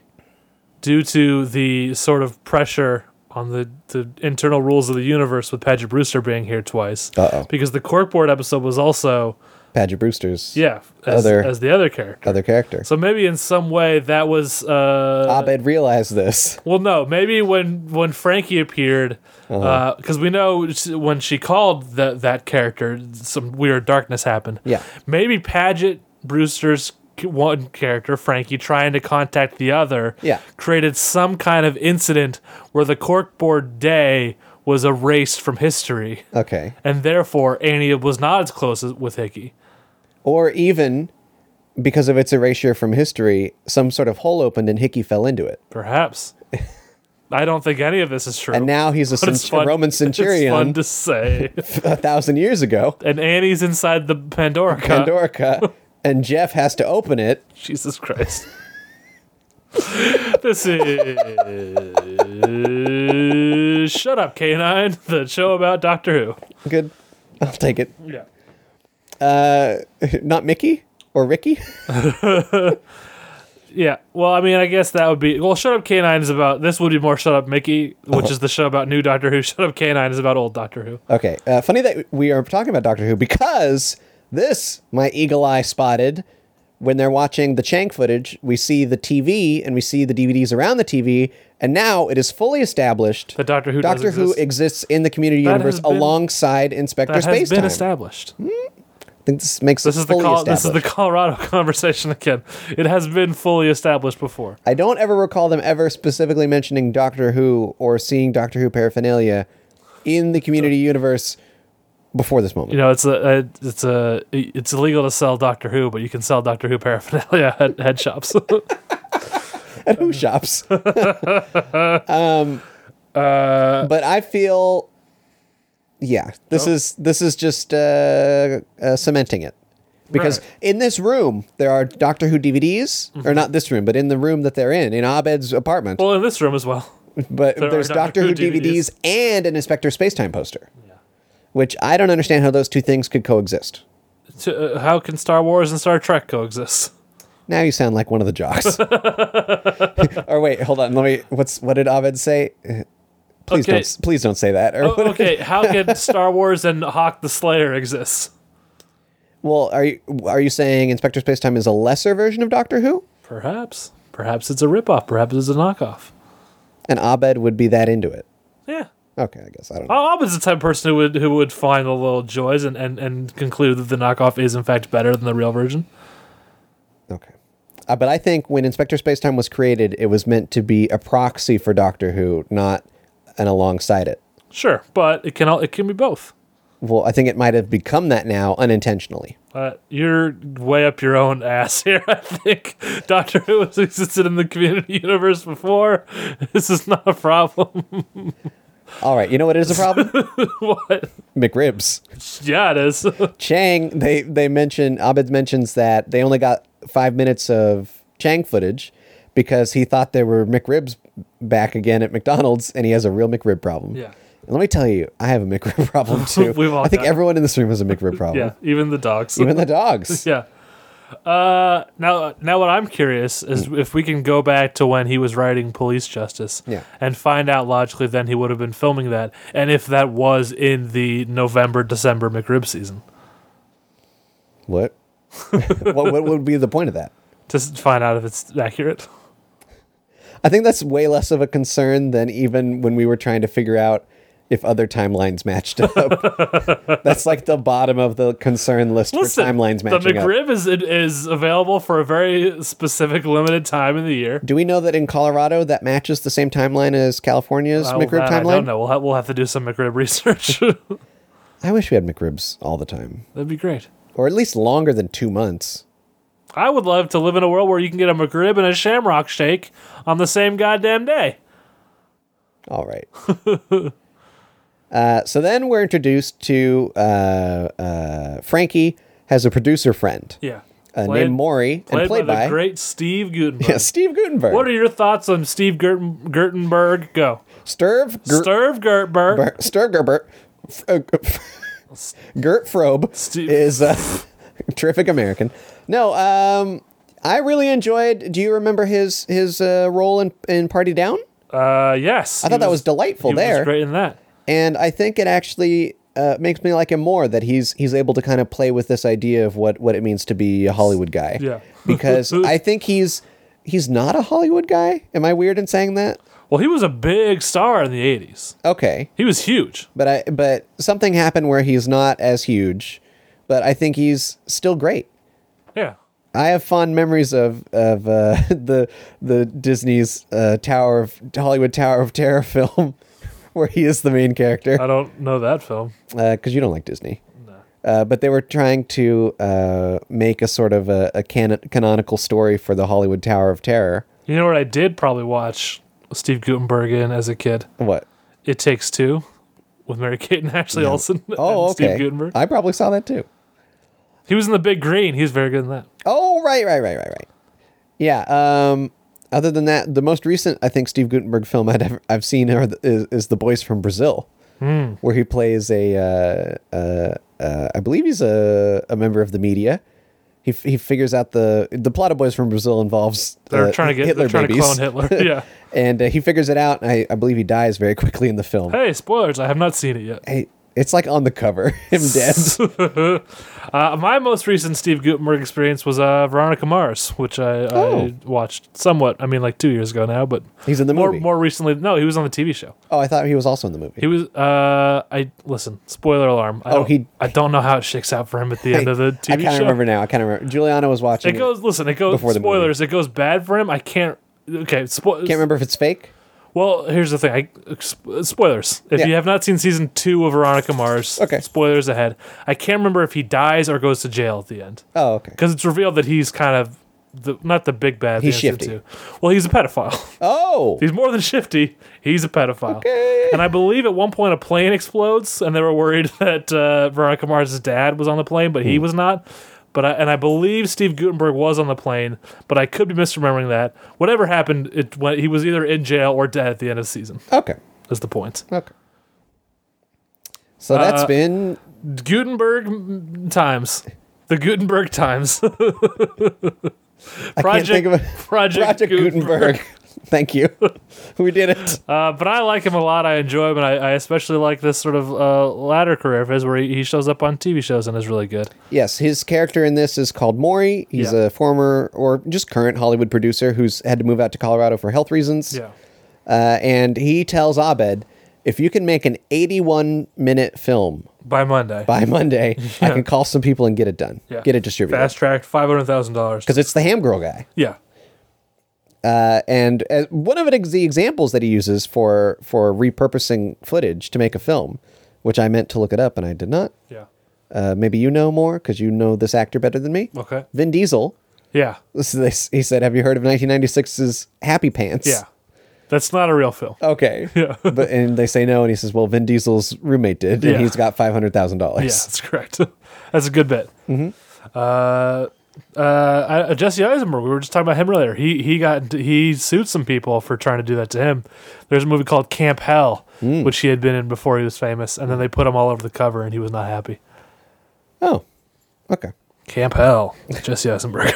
Speaker 5: due to the sort of pressure on the the internal rules of the universe with Padgett Brewster being here twice,
Speaker 4: Uh-oh.
Speaker 5: because the corkboard episode was also
Speaker 4: Padgett Brewster's
Speaker 5: yeah as,
Speaker 4: Other-
Speaker 5: as the other character.
Speaker 4: other character.
Speaker 5: So maybe in some way that was uh,
Speaker 4: Abed realized this.
Speaker 5: Well, no, maybe when when Frankie appeared,
Speaker 4: Uh-huh.
Speaker 5: because we know s- when she called that that character, some weird darkness happened.
Speaker 4: Yeah.
Speaker 5: maybe Paget Brewster's c- one character, Frankie, trying to contact the other,
Speaker 4: Yeah.
Speaker 5: created some kind of incident where the corkboard day was erased from history,
Speaker 4: Okay.
Speaker 5: and therefore Annie was not as close as, with Hickey.
Speaker 4: Or even because of its erasure from history, some sort of hole opened and Hickey fell into it.
Speaker 5: Perhaps. I don't think any of this is true.
Speaker 4: And now he's a
Speaker 5: But Oh, it's
Speaker 4: centu-
Speaker 5: fun-
Speaker 4: Roman
Speaker 5: It's fun
Speaker 4: centurion
Speaker 5: to say.
Speaker 4: a thousand years ago,
Speaker 5: and Annie's inside the Pandora. cup.
Speaker 4: Pandorica, and Jeff has to open it.
Speaker 5: Jesus Christ. this is Shut Up Canine, the show about Doctor
Speaker 4: Good. I'll take it. Uh,
Speaker 5: Who. Yeah.
Speaker 4: Not Mickey or Ricky.
Speaker 5: Yeah. Well, I mean, I guess that would be well. Shut Up Canine is about this. Would be more Shut Up Mickey, which
Speaker 4: Uh-huh.
Speaker 5: is the show about new Doctor Who. Shut Up Canine is about old Doctor Who.
Speaker 4: Okay. Uh, funny that we are talking about Doctor Who because this, my eagle eye spotted, when they're watching the Chang footage, we see the TV and we see the DVDs around the TV, and now it is fully established
Speaker 5: That Doctor Who does
Speaker 4: Doctor Who
Speaker 5: exist.
Speaker 4: exists in the community
Speaker 5: That
Speaker 4: universe
Speaker 5: has been-
Speaker 4: alongside Inspector
Speaker 5: That has been
Speaker 4: Spacetime.
Speaker 5: established.
Speaker 4: I think this makes
Speaker 5: This
Speaker 4: it
Speaker 5: is the
Speaker 4: fully
Speaker 5: col- this is
Speaker 4: established.
Speaker 5: the Colorado conversation again. It has been fully established before.
Speaker 4: I don't ever recall them ever specifically mentioning Doctor Who or seeing Doctor Who paraphernalia in the community universe before this moment.
Speaker 5: you know it's a, a it's a it's illegal to sell Doctor Who, but you can sell Doctor Who paraphernalia at head shops.
Speaker 4: Who shops? um, but I feel, yeah, this is this is just uh, uh, cementing it because
Speaker 5: Right.
Speaker 4: in this room there are Doctor Who DVDs, or not this room, but in the room that they're in, in Abed's apartment.
Speaker 5: well, in this room as well.
Speaker 4: but
Speaker 5: there are
Speaker 4: there's Doctor, Who DVDs, and an Inspector Spacetime poster, which I don't understand how those two things could coexist.
Speaker 5: To, uh, how can Star Wars and Star Trek coexist?
Speaker 4: Now you sound like one of the jocks. or wait, hold on. Let me. What's what did Abed say? Uh, Please
Speaker 5: Okay.
Speaker 4: don't. Please don't say that. Or what-
Speaker 5: Oh, okay, how can Star Wars and Hawk the Slayer exist?
Speaker 4: Well, are you are you saying Inspector Spacetime is a lesser version of Doctor Who?
Speaker 5: Perhaps, perhaps it's a ripoff. Perhaps it's a knockoff.
Speaker 4: And Abed would be that into it.
Speaker 5: Yeah.
Speaker 4: Okay, I guess I don't know.
Speaker 5: I- I'm the type of person who would who would find the little joys and, and, and conclude that the knockoff is in fact better than the real version. Oh.
Speaker 4: Okay. Uh, but I think when Inspector Spacetime was created, it was meant to be a proxy for Doctor Who, not an alongside it.
Speaker 5: Sure, but it can all, it can be both.
Speaker 4: Well, I think it might have become that now unintentionally.
Speaker 5: Uh, you're way up your own ass here. I think Doctor Who has existed in the community universe before. This is not a problem.
Speaker 4: All right, you know what is a problem?
Speaker 5: what?
Speaker 4: McRibs.
Speaker 5: Yeah, it is.
Speaker 4: Chang, they they mention Abed mentions that they only got five minutes of Chang footage because he thought there were McRibs back again at McDonald's, and he has a real McRib problem.
Speaker 5: Yeah.
Speaker 4: And let me tell you, I have a McRib problem too.
Speaker 5: We've all
Speaker 4: I think
Speaker 5: got it.
Speaker 4: everyone in this room has a McRib problem.
Speaker 5: yeah, even the dogs.
Speaker 4: Even the dogs.
Speaker 5: yeah. Uh, now, now what I'm curious is
Speaker 4: Mm.
Speaker 5: if we can go back to when he was writing Police Justice,
Speaker 4: Yeah.
Speaker 5: and find out logically then he would have been filming that, and if that was in the November December McRib season,
Speaker 4: What? what? What would be the point of that?
Speaker 5: to s- find out if it's accurate.
Speaker 4: I think that's way less of a concern than even when we were trying to figure out if other timelines matched up. that's like the bottom of the concern list
Speaker 5: Listen,
Speaker 4: for timelines
Speaker 5: the
Speaker 4: matching up.
Speaker 5: McRib is it is available for a very specific limited time in the year.
Speaker 4: Do we know that in Colorado that matches the same timeline as California's
Speaker 5: Well,
Speaker 4: McRib
Speaker 5: that Oh, I
Speaker 4: timeline?
Speaker 5: don't know. We'll have, we'll have to do some McRib research. That'd
Speaker 4: I wish we had McRibs all the time,
Speaker 5: be great.
Speaker 4: or at least longer than two months.
Speaker 5: I would love to live in a world where you can get a McRib and a Shamrock Shake on the same goddamn day.
Speaker 4: All right. uh, so then we're introduced to uh, uh, Frankie has a producer friend
Speaker 5: Yeah.
Speaker 4: uh, named Maury
Speaker 5: played
Speaker 4: and played
Speaker 5: by,
Speaker 4: by,
Speaker 5: the great Steve Gutenberg.
Speaker 4: yeah, Steve Gutenberg.
Speaker 5: What are your thoughts on Steve Gert- Gutenberg? Go.
Speaker 4: Sturv Ger-
Speaker 5: Sturve Gertberg.
Speaker 4: Ber- Sturv Gerbert F- uh, G- Gert Frobe
Speaker 5: Steve-
Speaker 4: is a terrific American. No, um, I really enjoyed. Do you remember his his uh, role in in Party Down?
Speaker 5: Uh, yes.
Speaker 4: I thought that was delightful
Speaker 5: he
Speaker 4: there.
Speaker 5: was great in that.
Speaker 4: and I think it actually uh, makes me like him more that he's he's able to kind of play with this idea of what what it means to be a Hollywood guy.
Speaker 5: Yeah.
Speaker 4: because I think he's he's not a Hollywood guy. Am I weird in saying that?
Speaker 5: Well, he was a big star in the 80s.
Speaker 4: Okay,
Speaker 5: He was huge.
Speaker 4: but I but something happened where he's not as huge, but I think he's still great.
Speaker 5: Yeah.
Speaker 4: I have fond memories of of uh, the the Disney's uh, Tower of Hollywood Tower of Terror film, where he is the main character.
Speaker 5: I don't know that film.
Speaker 4: because you don't like Disney. Uh, but they were trying to uh, make a sort of a, a canon- canonical story for the Hollywood Tower of Terror.
Speaker 5: You know what I did probably watch Steve Gutenberg in as a kid?
Speaker 4: What?
Speaker 5: It Takes Two with Mary Kate and Ashley Olsen
Speaker 4: Oh,
Speaker 5: and
Speaker 4: okay.
Speaker 5: Steve Gutenberg.
Speaker 4: I probably saw that too.
Speaker 5: He was in The Big Green. He was very good in that.
Speaker 4: Oh, right, right, right, right, right. Yeah. Um, other than that, the most recent I think Steve Gutenberg film I'd ever, I've seen are the, is, is The Boys from Brazil,
Speaker 5: Hmm.
Speaker 4: where he plays a uh, uh, uh, I believe he's a, a member of the media. He, f- he figures out the the plot of Boys from Brazil involves
Speaker 5: They're
Speaker 4: uh,
Speaker 5: trying to get
Speaker 4: Hitler
Speaker 5: they're trying
Speaker 4: babies.
Speaker 5: to clone Hitler. Yeah.
Speaker 4: and uh, he figures it out. And I, I believe he dies very quickly in the film.
Speaker 5: hey, spoilers! I have not seen it yet.
Speaker 4: Hey, it's like on the cover, him dead.
Speaker 5: Uh, my most recent Steve Gutenberg experience was uh, Veronica Mars, which I,
Speaker 4: Oh.
Speaker 5: I watched somewhat. I mean, like two years ago now, but
Speaker 4: He's in the
Speaker 5: more
Speaker 4: movie.
Speaker 5: more recently. No, he was on the TV show.
Speaker 4: Oh, I thought he was also in the movie.
Speaker 5: He was. Uh, I listen. Spoiler alarm. I
Speaker 4: Oh,
Speaker 5: don't-
Speaker 4: he-
Speaker 5: I don't know how it shakes out for him at the end of the
Speaker 4: I
Speaker 5: TV
Speaker 4: kind of
Speaker 5: show.
Speaker 4: remember now. I kind of remember. Juliana was watching.
Speaker 5: It goes. Listen. It goes.
Speaker 4: Before the movie.
Speaker 5: Spoilers. It goes bad for him. I can't. Okay. Spo-
Speaker 4: Can't remember if it's fake.
Speaker 5: Well, here's the thing. I, sp- spoilers. If
Speaker 4: Yeah.
Speaker 5: you have not seen season two of Veronica Mars,
Speaker 4: Okay.
Speaker 5: spoilers ahead. I can't remember if he dies or goes to jail at the end
Speaker 4: Oh, okay.
Speaker 5: because it's revealed that he's kind of the, not the big bad. at the
Speaker 4: He's
Speaker 5: end of season
Speaker 4: shifty.
Speaker 5: two. Well, he's a pedophile.
Speaker 4: Oh,
Speaker 5: he's more than shifty. He's a pedophile.
Speaker 4: Okay.
Speaker 5: And I believe at one point a plane explodes, and they were worried that uh, Veronica Mars' dad was on the plane, but he
Speaker 4: Hmm.
Speaker 5: was not. But I, and I believe Steve Gutenberg was on the plane, but I could be misremembering that. Whatever happened, it went, he was either in jail or dead at the end of the season
Speaker 4: Oh, okay,
Speaker 5: is the point.
Speaker 4: okay. So that's
Speaker 5: Uh,
Speaker 4: been
Speaker 5: Gutenberg mm, times. The Gutenberg times. Project,
Speaker 4: think of a-
Speaker 5: Project,
Speaker 4: Project Gutenberg. Thank you. we did it.
Speaker 5: Uh, but I like him a lot. I enjoy him, and I, I especially like this sort of uh, latter career of his where he, he shows up on TV shows and is really good.
Speaker 4: Yes, his character in this is called Maury. He's
Speaker 5: Yeah.
Speaker 4: a former or just current Hollywood producer who's had to move out to Colorado for health reasons. Uh, and he tells Abed, if you can make an 81 minute film
Speaker 5: By Monday.
Speaker 4: by Monday, I can call some people and get it done.
Speaker 5: Yeah.
Speaker 4: Get it distributed.
Speaker 5: Fast tracked, $500,000.
Speaker 4: Because it's the ham girl guy.
Speaker 5: Yeah.
Speaker 4: Uh, and as one of it, the examples that he uses for, for repurposing footage to make a film, which I meant to look it up and I did not.
Speaker 5: Yeah.
Speaker 4: Uh, maybe you know more because you know this actor better than me.
Speaker 5: Okay.
Speaker 4: Vin Diesel.
Speaker 5: Yeah.
Speaker 4: This is- this- he said, "Have you heard of 1996's Happy Pants?"
Speaker 5: Yeah. That's not a real film.
Speaker 4: Okay.
Speaker 5: Yeah.
Speaker 4: but and they say no, and he says, "Well, Vin Diesel's roommate did, and
Speaker 5: Yeah.
Speaker 4: he's got five hundred thousand
Speaker 5: Yeah,
Speaker 4: dollars."
Speaker 5: that's correct. that's a good bet. Mm-hmm. Uh, uh, uh, Jesse Eisenberg. We were just talking about him earlier. He he got he sued some people for trying to do that to him. There's a movie called Camp Hell,
Speaker 4: Mm.
Speaker 5: which he had been in before he was famous, and then they put him all over the cover, and he was not happy.
Speaker 4: Oh, okay.
Speaker 5: Camp Hell, Jesse Eisenberg.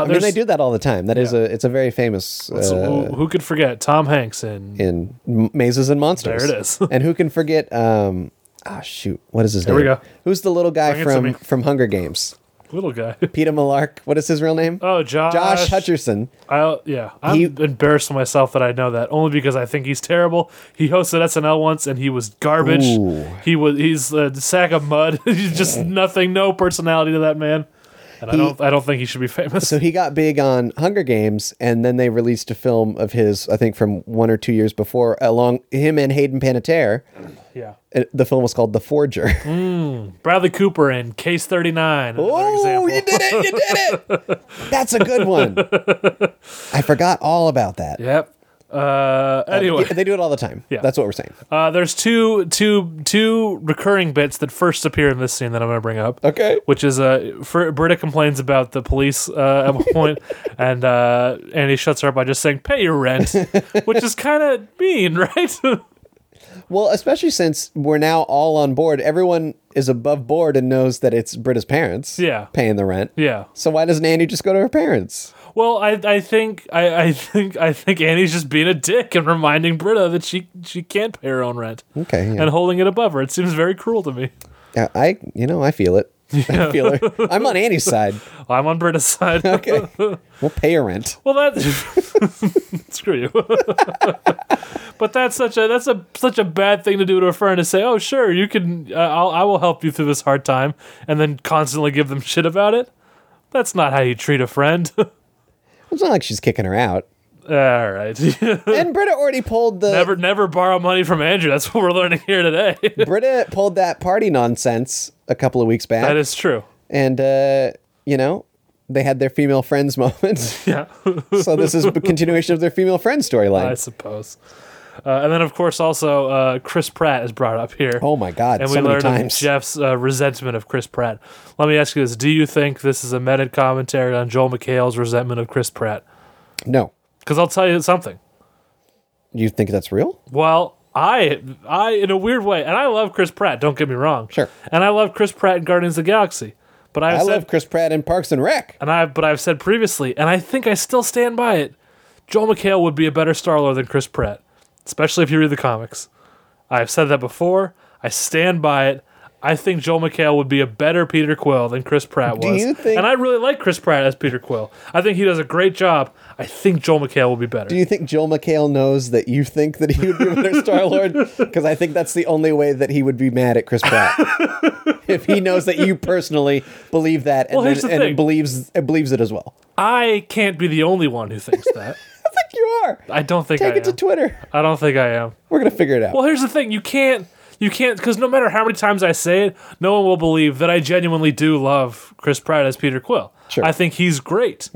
Speaker 4: I mean,
Speaker 5: there's,
Speaker 4: they do that all the time. That is a it's a very famous
Speaker 5: so
Speaker 4: uh,
Speaker 5: who, who could forget Tom Hanks in
Speaker 4: in M- Mazes and Monsters.
Speaker 5: There it is.
Speaker 4: and who can forget? Um, ah, shoot, what is his
Speaker 5: Here we
Speaker 4: name?
Speaker 5: go.
Speaker 4: Who's the little guy
Speaker 5: Bring it to me.
Speaker 4: from from Hunger Games?
Speaker 5: Little Guy?
Speaker 4: Peter Malark. What is his real name?
Speaker 5: Oh, Josh.
Speaker 4: Josh Hutcherson.
Speaker 5: I, yeah, I'm
Speaker 4: He-
Speaker 5: embarrassed of myself that I know that only because I think he's terrible. He hosted SNL once and he was garbage.
Speaker 4: Ooh. Mm.
Speaker 5: He was he's a sack of mud. he's just nothing, no personality to that man. And I
Speaker 4: He-
Speaker 5: don't I don't think he should be famous.
Speaker 4: So he got big on Hunger Games, and then they released a film of his, I think, from one or two years before, along him and Hayden Panettiere.
Speaker 5: yeah,
Speaker 4: Uh, The film was called The Forger.
Speaker 5: Bradley Cooper in Case Thirty Nine.
Speaker 4: Oh, you did it! You did it! That's a good one. I forgot all about that.
Speaker 5: Yep. Uh, anyway,
Speaker 4: Yeah, they do it all the time.
Speaker 5: Yeah.
Speaker 4: That's what we're saying.
Speaker 5: Uh, there's two two two recurring bits that first appear in this scene that I'm going to bring up.
Speaker 4: Okay.
Speaker 5: Which is uh, for, Britta complains about the police uh, at one point, and uh, Andy shuts her up by just saying, "Pay your rent," which is kind of mean, right?
Speaker 4: Well, especially since we're now all on board. Everyone is above board and knows that it's Britta's parents
Speaker 5: Yeah.
Speaker 4: paying the rent.
Speaker 5: yeah.
Speaker 4: So why doesn't Andy just go to her parents?
Speaker 5: Well, I I think I, I think I think Annie's just being a dick and reminding Britta that she she can't pay her own rent
Speaker 4: Okay.
Speaker 5: and
Speaker 4: Yeah.
Speaker 5: holding it above her. It seems very cruel to me.
Speaker 4: Yeah, I, you know, I feel it. I feel her. I'm on Andy's side.
Speaker 5: I'm on Britta's side.
Speaker 4: Okay. We'll pay her rent.
Speaker 5: Well, that screw you. but that's such a that's a such a bad thing to do to a friend to say, "Oh, sure, you can. Uh, I'll I will help you through this hard time," and then constantly give them shit about it. That's not how you treat a friend. All
Speaker 4: It's not like she's kicking her out.
Speaker 5: right.
Speaker 4: And Britta already pulled the
Speaker 5: never never borrow money from Andrew. That's what we're learning here today.
Speaker 4: Britta pulled that party nonsense a couple of weeks back.
Speaker 5: that is true.
Speaker 4: and uh, you know, they had their female friends moment.
Speaker 5: Yeah.
Speaker 4: so this is a continuation of their female friends
Speaker 5: I
Speaker 4: storyline.
Speaker 5: suppose. Uh, and then, of course, also uh, Chris Pratt is brought up here.
Speaker 4: Oh my god,
Speaker 5: and
Speaker 4: so
Speaker 5: we
Speaker 4: many
Speaker 5: learned of
Speaker 4: times.
Speaker 5: Jeff's uh, resentment of Chris Pratt. Let me ask you this: Do you think this is a meta commentary on Joel McHale's resentment of Chris Pratt?
Speaker 4: No.
Speaker 5: Because I'll tell you something.
Speaker 4: You think that's real?
Speaker 5: Well, I, I, in a weird way, and I love Chris Pratt. Don't get me wrong.
Speaker 4: Sure.
Speaker 5: And I love Chris Pratt in Guardians of the Galaxy. But I've
Speaker 4: I
Speaker 5: said,
Speaker 4: love Chris Pratt in Parks and Rec.
Speaker 5: and I, but I've said previously, and I think I still stand by it. Joel McHale would be a better Star Lord than Chris Pratt, especially if you read the comics. I've said that before. I stand by it. I think Joel McHale would be a better Peter Quill than Chris Pratt was.
Speaker 4: Do you think-
Speaker 5: and I really like Chris Pratt as Peter Quill. I think he does a great job. I think Joel McHale will be better.
Speaker 4: Do you think Joel McHale knows that you think that he would be their Star Lord? Because I think that's the only way that he would be mad at Chris Pratt. if he knows that you personally believe that and,
Speaker 5: Well, here's
Speaker 4: then,
Speaker 5: the
Speaker 4: and
Speaker 5: thing.
Speaker 4: believes uh, believes it as well.
Speaker 5: I can't be the only one who thinks that.
Speaker 4: I think you are.
Speaker 5: I don't think
Speaker 4: Take
Speaker 5: I
Speaker 4: it to
Speaker 5: am.
Speaker 4: Twitter.
Speaker 5: I don't think I am.
Speaker 4: We're gonna figure it out.
Speaker 5: Well, here's the thing: you can't, you can't, because no matter how many times I say it, no one will believe that I genuinely do love Chris Pratt as Peter Quill.
Speaker 4: Sure. Hmm.
Speaker 5: I think he's great.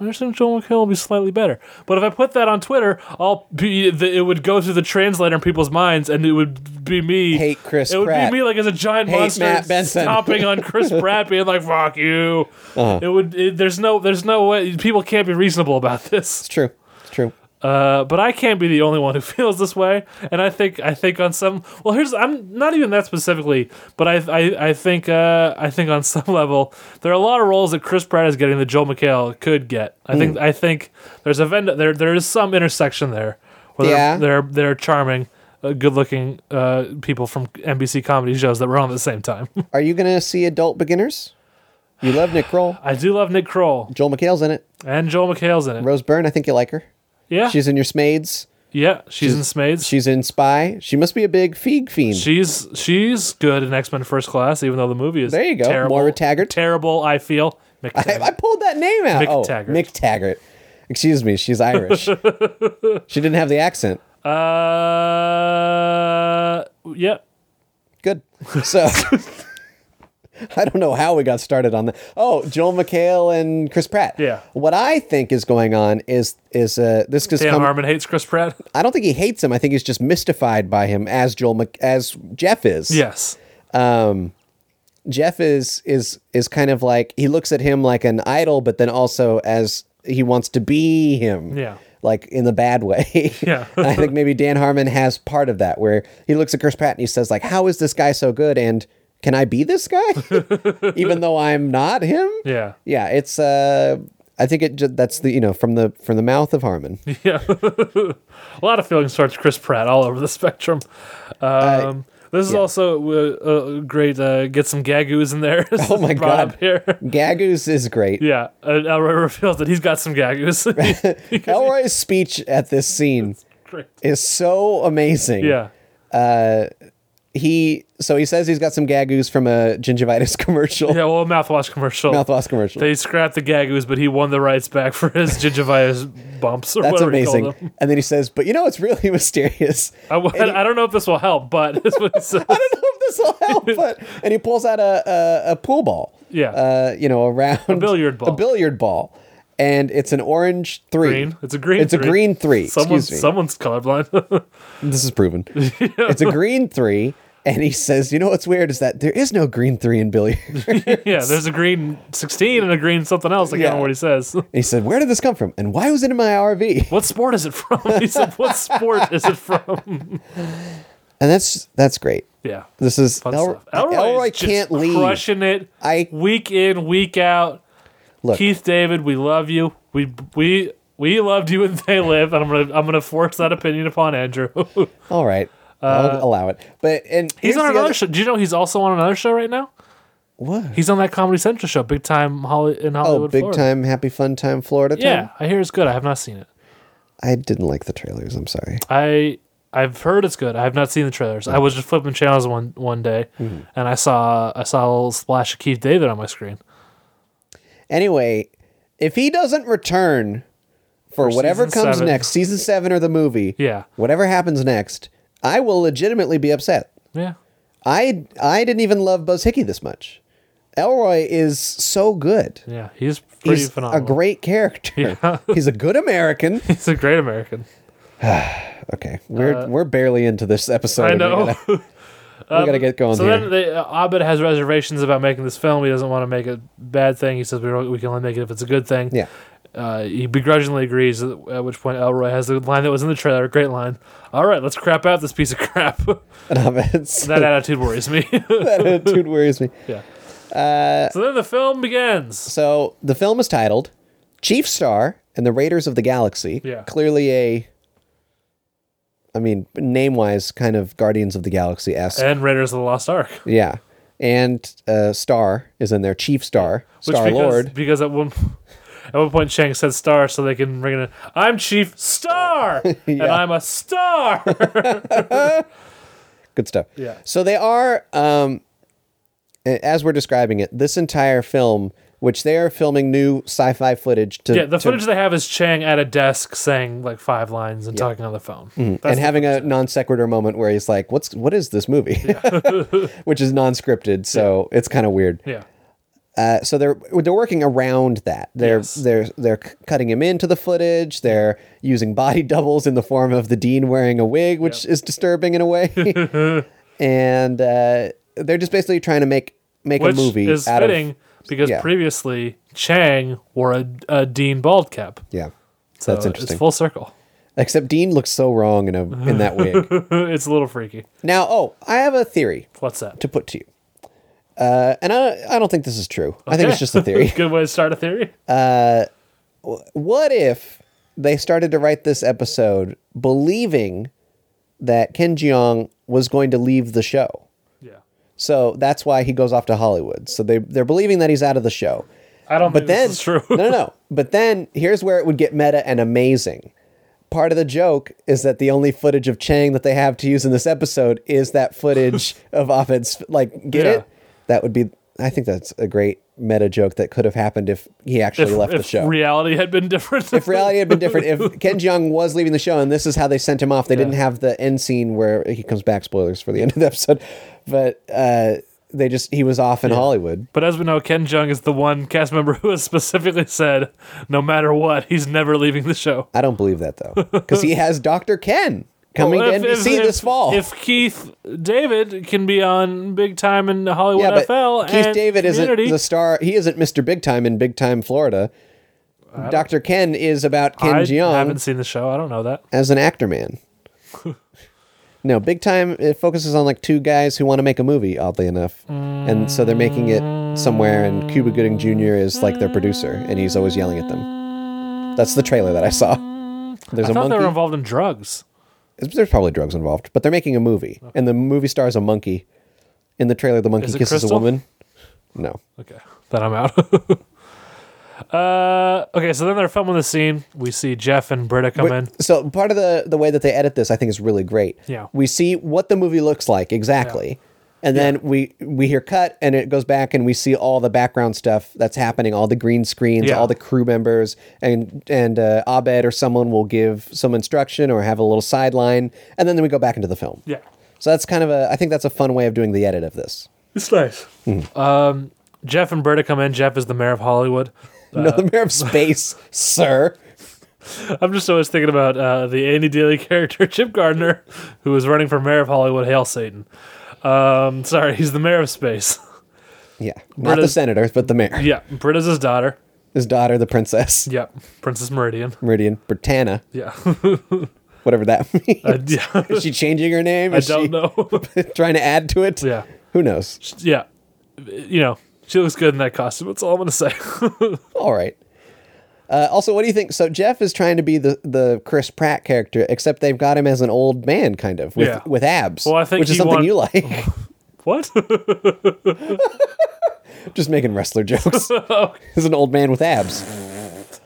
Speaker 5: I just think Joel McHale will be slightly better, but if I put that on Twitter, I'll be the, it would go through the translator in people's minds, and it would be me
Speaker 4: Hate Chris
Speaker 5: It would
Speaker 4: Pratt.
Speaker 5: be me like as a giant
Speaker 4: Hate
Speaker 5: monster
Speaker 4: Matt Benson. Uh-huh.
Speaker 5: stomping on Chris Pratt, being like "fuck you." It would. It, there's no. There's no way. People can't be reasonable about this.
Speaker 4: It's true. It's true.
Speaker 5: Uh, but I can't be the only one who feels this way, and I think I think on some well, here's I'm not even that specifically, but I I, I think uh, I think on some level there are a lot of roles that Chris Pratt is getting that Joel McHale could get. I think
Speaker 4: Hmm.
Speaker 5: I think there's a Venn there there is some intersection there where
Speaker 4: Yeah.
Speaker 5: they're, they're they're charming, uh, good looking uh, people from NBC comedy shows that were on at the same time.
Speaker 4: Are you gonna see Adult Beginners? You love Nick Kroll.
Speaker 5: I do love Nick Kroll
Speaker 4: Joel McHale's in it.
Speaker 5: and Joel McHale's in it.
Speaker 4: Rose Byrne, I think you like her.
Speaker 5: Yeah,
Speaker 4: She's in your Smades.
Speaker 5: yeah, she's, in Smades.
Speaker 4: She's in Spy. She must be a big Feig fiend.
Speaker 5: She's she's good in X Men First Class, even though the movie is
Speaker 4: There you go.
Speaker 5: Terrible,
Speaker 4: Moira Taggart.
Speaker 5: Terrible, I feel.
Speaker 4: I,
Speaker 5: McTaggart.
Speaker 4: I pulled that name out.
Speaker 5: Mick
Speaker 4: oh,
Speaker 5: Taggart.
Speaker 4: Mick Taggart. Excuse me, she's Irish. she didn't have the accent.
Speaker 5: uh, yeah.
Speaker 4: Good. So I don't know how we got started on that. Oh, Joel McHale and Chris Pratt.
Speaker 5: Yeah.
Speaker 4: What I think is going on is is uh, this is
Speaker 5: Dan
Speaker 4: come-
Speaker 5: Harmon hates Chris Pratt.
Speaker 4: I don't think he hates him. I think he's just mystified by him as Joel Mc- as Jeff is.
Speaker 5: Yes.
Speaker 4: um, Jeff is is is kind of like he looks at him like an idol, but then also as he wants to be him.
Speaker 5: Yeah.
Speaker 4: Like in the bad way.
Speaker 5: Yeah.
Speaker 4: And I think maybe Dan Harmon has part of that where he looks at Chris Pratt and he says like, "How is this guy so good?" And can I be this guy? Even though I'm not him?
Speaker 5: Yeah.
Speaker 4: Yeah, it's uh I think it ju- that's the you know from the from the mouth of Harmon.
Speaker 5: Yeah. a lot of feelings towards Chris Pratt all over the spectrum. Um, this is also uh, uh, great. Uh, get some gagoos in there.
Speaker 4: Oh my
Speaker 5: Brought up
Speaker 4: God.
Speaker 5: here.
Speaker 4: Gagoos is great.
Speaker 5: Yeah, and Elroy reveals that he's got some gagoos.
Speaker 4: Elroy's speech at this scene
Speaker 5: Great.
Speaker 4: is so amazing.
Speaker 5: yeah,
Speaker 4: He so he says he's got some gagoos from a gingivitis commercial,
Speaker 5: yeah. Well, a mouthwash commercial.
Speaker 4: mouthwash commercial.
Speaker 5: They scrapped the gagoos, but he won the rights back for his gingivitis bumps or
Speaker 4: that's
Speaker 5: whatever he called
Speaker 4: amazing.
Speaker 5: them.
Speaker 4: And then he says, "But you know, it's really mysterious."
Speaker 5: I, w- I don't know if this will help, but that's what he says.
Speaker 4: I don't know if this will help, but and he pulls out a a, a pool ball.
Speaker 5: Yeah.
Speaker 4: Uh, you know, around a
Speaker 5: billiard ball.
Speaker 4: A billiard ball, and it's an orange three.
Speaker 5: Green. It's a green.
Speaker 4: It's a green three.
Speaker 5: Someone's
Speaker 4: Excuse me.
Speaker 5: someone's colorblind.
Speaker 4: This is proven. It's a green three, and he says, "You know what's weird is that there is no green three in billiard." and
Speaker 5: yeah, there's a green sixteen and a green something else. I can't
Speaker 4: Yeah.
Speaker 5: remember what he says.
Speaker 4: he said, "Where did this come from? And why was it in my RV?"
Speaker 5: What sport is it from? He said, "What sport is it from?"
Speaker 4: And that's that's great.
Speaker 5: Yeah,
Speaker 4: This is
Speaker 5: fun
Speaker 4: El-
Speaker 5: stuff.
Speaker 4: Elroy,
Speaker 5: Elroy's just
Speaker 4: can't leave.
Speaker 5: Crushing it.
Speaker 4: I-
Speaker 5: week in week out.
Speaker 4: Look,
Speaker 5: Keith David, we love you. We we we loved you and they live, and I'm gonna I'm gonna force that opinion upon Andrew.
Speaker 4: all right, I'll allow it. But and
Speaker 5: Uh, he's
Speaker 4: here's
Speaker 5: on
Speaker 4: the
Speaker 5: another
Speaker 4: other-
Speaker 5: show. Do you know he's also on another show right now?
Speaker 4: What?
Speaker 5: He's on that Comedy Central show, Big Time Holly in
Speaker 4: Oh,
Speaker 5: Hollywood.
Speaker 4: big
Speaker 5: Florida.
Speaker 4: time, happy fun time, Florida time.
Speaker 5: Yeah, I hear it's good. I have not seen it.
Speaker 4: I didn't like the trailers. I'm sorry.
Speaker 5: I I've heard it's good. I have not seen the trailers. I was just flipping channels one one day,
Speaker 4: Mm-hmm.
Speaker 5: and I saw I saw a little splash of Keith David on my screen.
Speaker 4: Anyway, if he doesn't return for, whatever
Speaker 5: season
Speaker 4: comes
Speaker 5: seven.
Speaker 4: next, season seven or the movie,
Speaker 5: Yeah.
Speaker 4: whatever happens next, I will legitimately be upset.
Speaker 5: Yeah,
Speaker 4: I I didn't even love Buzz Hickey this much. Elroy is so good.
Speaker 5: yeah, he's pretty
Speaker 4: He's
Speaker 5: phenomenal.
Speaker 4: a great character. He's a good American.
Speaker 5: he's a great American.
Speaker 4: Okay, we're we're barely into this episode.
Speaker 5: Uh, I
Speaker 4: and We
Speaker 5: know.
Speaker 4: gotta, we gotta get going
Speaker 5: So
Speaker 4: here.
Speaker 5: then they, uh, Abed has reservations about making this film. He doesn't want to make a bad thing. He says we, don't- we can only make it if it's a good thing.
Speaker 4: Yeah.
Speaker 5: Uh, he begrudgingly agrees, at at which point Elroy has the line that was in the trailer. Great line. All right, let's crap out this piece of crap. that attitude worries me.
Speaker 4: that attitude worries me.
Speaker 5: yeah. so then the film begins.
Speaker 4: So the film is titled Chief Star and the Raiders of the Galaxy.
Speaker 5: Yeah.
Speaker 4: Clearly a I mean, name wise, kind of Guardians of the Galaxy esque.
Speaker 5: And Raiders of the Lost Ark.
Speaker 4: yeah. And uh, Star is in there, Chief Star,
Speaker 5: Which
Speaker 4: Star
Speaker 5: because,
Speaker 4: Lord.
Speaker 5: Because at one at one point Shang said star, so they can bring it in. I'm Chief Star, and I'm a star.
Speaker 4: Good stuff.
Speaker 5: Yeah.
Speaker 4: So they are, um, a- as we're describing it, this entire film, which they are filming new sci fi footage to.
Speaker 5: Yeah, the
Speaker 4: to-
Speaker 5: footage they have is Chang at a desk saying like five lines and talking on the phone. That's
Speaker 4: and having a non sequitur moment where he's like, "What's what is this movie?" Which is non scripted, so it's kind of weird.
Speaker 5: yeah,
Speaker 4: Uh, so they're they're working around that. They're
Speaker 5: Yes.
Speaker 4: they're they're c- cutting him into the footage. They're using body doubles in the form of the dean wearing a wig, which is disturbing in a way. and uh, they're just basically trying to make make
Speaker 5: which
Speaker 4: a movie
Speaker 5: is
Speaker 4: out
Speaker 5: fitting
Speaker 4: of
Speaker 5: because
Speaker 4: yeah.
Speaker 5: previously Chang wore a, a Dean bald cap.
Speaker 4: yeah.
Speaker 5: So
Speaker 4: That's interesting.
Speaker 5: It's full circle.
Speaker 4: Except Dean looks so wrong in a in that wig.
Speaker 5: it's a little freaky.
Speaker 4: now, oh, I have a theory
Speaker 5: What's that?
Speaker 4: to put to you, uh, and I I don't think this is true. I think it's just a theory. Uh,
Speaker 5: Good way to start a theory.
Speaker 4: what if they started to write this episode believing that Ken Jeong was going to leave the show?
Speaker 5: yeah,
Speaker 4: So that's why he goes off to Hollywood. So they they're believing that he's out of the show.
Speaker 5: I don't.
Speaker 4: But
Speaker 5: But think
Speaker 4: then
Speaker 5: this is true.
Speaker 4: no no no. But then here's where it would get meta and amazing. Part of the joke is that the only footage of Chang that they have to use in this episode is that footage of Ovid's like get
Speaker 5: Yeah.
Speaker 4: it? That would be I think that's a great meta joke that could have happened if he actually left the
Speaker 5: if
Speaker 4: show
Speaker 5: reality had been different,
Speaker 4: if reality had been different, if Ken Jeong was leaving the show and this is how they sent him off, they didn't have the end scene where he comes back. Spoilers for the end of the episode, but uh, they just he was off in Hollywood.
Speaker 5: But as we know, Ken Jung is the one cast member who has specifically said, no matter what, he's never leaving the show.
Speaker 4: I don't believe that though, because he has Doctor Ken coming
Speaker 5: Well,
Speaker 4: to NBC
Speaker 5: Oh, if-
Speaker 4: this fall.
Speaker 5: If Keith David can be on Big Time in Hollywood
Speaker 4: yeah, but
Speaker 5: FL,
Speaker 4: Keith
Speaker 5: and
Speaker 4: David
Speaker 5: Community,
Speaker 4: isn't the star. He isn't Mr. Big Time in Big Time Florida. Doctor Ken is about Ken
Speaker 5: I
Speaker 4: Jeong
Speaker 5: haven't seen the show. I don't know that.
Speaker 4: as an actor man. No, Big Time it focuses on like two guys who want to make a movie, oddly enough, and so they're making it somewhere, and Cuba Gooding Jr. is like their producer, and he's always yelling at them. That's the trailer that I saw. There's
Speaker 5: I
Speaker 4: a
Speaker 5: thought
Speaker 4: monkey.
Speaker 5: they were involved in drugs.
Speaker 4: There's probably drugs involved, but they're making a movie, and the movie stars a monkey. In the trailer, the monkey
Speaker 5: Is it
Speaker 4: kisses
Speaker 5: Crystal?
Speaker 4: a woman. No,
Speaker 5: Okay, then I'm out. uh, okay, so then they're filming the scene. We see Jeff and Britta come in.
Speaker 4: So part of the the way that they edit this, I think, is really great.
Speaker 5: Yeah.
Speaker 4: we see what the movie looks like exactly, and then we we hear cut, and it goes back, and we see all the background stuff that's happening, all the green screens,
Speaker 5: Yeah.
Speaker 4: all the crew members, and and uh, Abed or someone will give some instruction or have a little sideline, and then we go back into the film.
Speaker 5: Yeah,
Speaker 4: So that's kind of a I think that's a fun way of doing the edit of this.
Speaker 5: it's nice. Um,
Speaker 4: Hmm.
Speaker 5: Jeff and Britta come in. Jeff is the mayor of Hollywood.
Speaker 4: no, the
Speaker 5: Uh,
Speaker 4: mayor of space, sir.
Speaker 5: I'm just always thinking about uh, the Andy Daly character Chip Gardner, who is running for mayor of Hollywood. Hail Satan! Um, sorry, he's the mayor of space.
Speaker 4: Yeah, not the
Speaker 5: Britta's-
Speaker 4: senator, but the mayor.
Speaker 5: yeah, Britta's his daughter.
Speaker 4: His daughter, the princess,
Speaker 5: Yeah, Princess Meridian.
Speaker 4: Meridian Britannia,
Speaker 5: Yeah,
Speaker 4: whatever that means.
Speaker 5: Uh, yeah.
Speaker 4: Is she changing her name?
Speaker 5: I
Speaker 4: Is she
Speaker 5: don't know.
Speaker 4: trying to add to it?
Speaker 5: yeah,
Speaker 4: Who knows?
Speaker 5: yeah, you know, she looks good in that costume. That's all I'm gonna say.
Speaker 4: All right. Uh, also, what do you think? So Jeff is trying to be the, the Chris Pratt character, except they've got him as an old man, kind of with
Speaker 5: Yeah.
Speaker 4: with abs.
Speaker 5: Well, I think
Speaker 4: which is
Speaker 5: he
Speaker 4: something
Speaker 5: want-
Speaker 4: you like.
Speaker 5: what?
Speaker 4: Just making wrestler jokes. He's an old man with abs.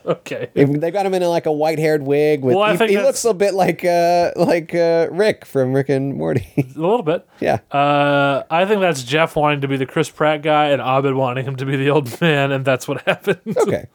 Speaker 5: okay.
Speaker 4: If They got him in like a white haired wig. With
Speaker 5: Well, I
Speaker 4: he,
Speaker 5: think
Speaker 4: he
Speaker 5: that's-
Speaker 4: looks a bit like uh, like uh, Rick from Rick and Morty.
Speaker 5: A little bit.
Speaker 4: yeah,
Speaker 5: Uh, I think that's Jeff wanting to be the Chris Pratt guy and Abed wanting him to be the old man, and that's what happened.
Speaker 4: okay.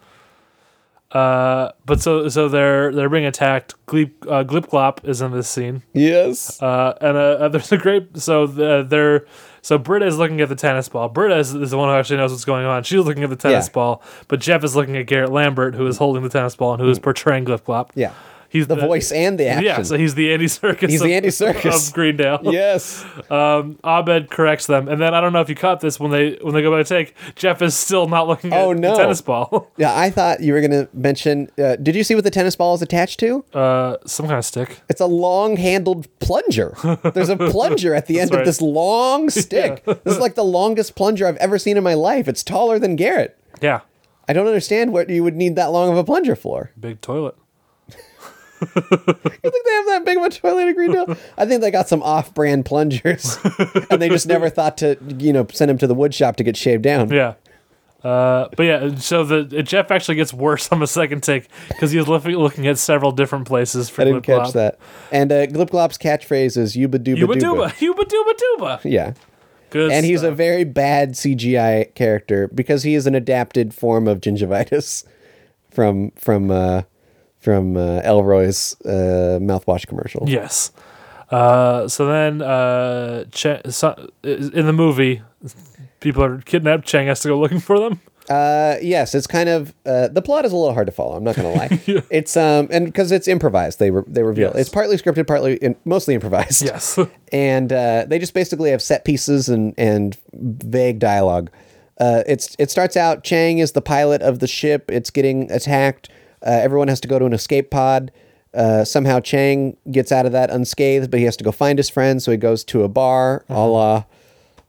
Speaker 5: Uh, but so so they're they're being attacked. Gleep uh, Glip Glop is in this scene,
Speaker 4: Yes,
Speaker 5: uh, and uh, uh, there's a great so the, they're so Britta is looking at the tennis ball. Britta is, is the one who actually knows what's going on. She's looking at the tennis
Speaker 4: Yeah.
Speaker 5: ball, but Jeff is looking at Garrett Lambert, who is holding the tennis ball and who is portraying Glip Glop.
Speaker 4: Mm. yeah.
Speaker 5: he's
Speaker 4: The voice and the action.
Speaker 5: Yeah, so he's the Andy Circus.
Speaker 4: He's the Andy Serkis.
Speaker 5: of Greendale.
Speaker 4: yes.
Speaker 5: Um, Abed corrects them, and then I don't know if you caught this when they when they go by to take. Jeff is still not looking
Speaker 4: Oh,
Speaker 5: at
Speaker 4: no.
Speaker 5: the tennis ball.
Speaker 4: Yeah, I thought you were going to mention. Uh, did you see what the tennis ball is attached to?
Speaker 5: Uh, some kind of stick.
Speaker 4: It's a long handled plunger. There's a plunger at the end
Speaker 5: right.
Speaker 4: of this long stick. This is like the longest plunger I've ever seen in my life. It's taller than Garrett.
Speaker 5: Yeah,
Speaker 4: I don't understand what you would need that long of a plunger for.
Speaker 5: big toilet.
Speaker 4: You think they have that big of a toilet in Greendale? I think they got some off brand plungers and they just never thought to, you know, send them to the wood shop to get shaved down.
Speaker 5: Yeah. Uh, but yeah, so the uh, Jeff actually gets worse on the second take because he was looking, looking at several different places for
Speaker 4: I didn't
Speaker 5: Glip
Speaker 4: catch
Speaker 5: Glop.
Speaker 4: that. And uh, Glip Glop's catchphrase is Yuba Dooba
Speaker 5: Yuba
Speaker 4: Dooba.
Speaker 5: Duba, Yuba Duba Duba.
Speaker 4: Yeah.
Speaker 5: Good.
Speaker 4: and he's a
Speaker 5: stuff.
Speaker 4: very bad CGI character because he is an adapted form of gingivitis from from uh, from uh, Elroy's uh, mouthwash commercial.
Speaker 5: yes. Uh, so then, uh, Ch- so, in the movie, people are kidnapped. Chang has to go looking for them.
Speaker 4: Uh, yes, it's kind of uh, the plot is a little hard to follow. I'm not gonna lie. It's um and because it's improvised, they re- they reveal
Speaker 5: Yes.
Speaker 4: it's partly scripted, partly in, mostly improvised.
Speaker 5: Yes.
Speaker 4: and uh, they just basically have set pieces and and vague dialogue. Uh, it's it starts out Chang is the pilot of the ship. It's getting attacked. Uh, everyone has to go to an escape pod. Uh, somehow Chang gets out of that unscathed, but he has to go find his friend. So he goes to a bar, a
Speaker 5: Mm-hmm.
Speaker 4: la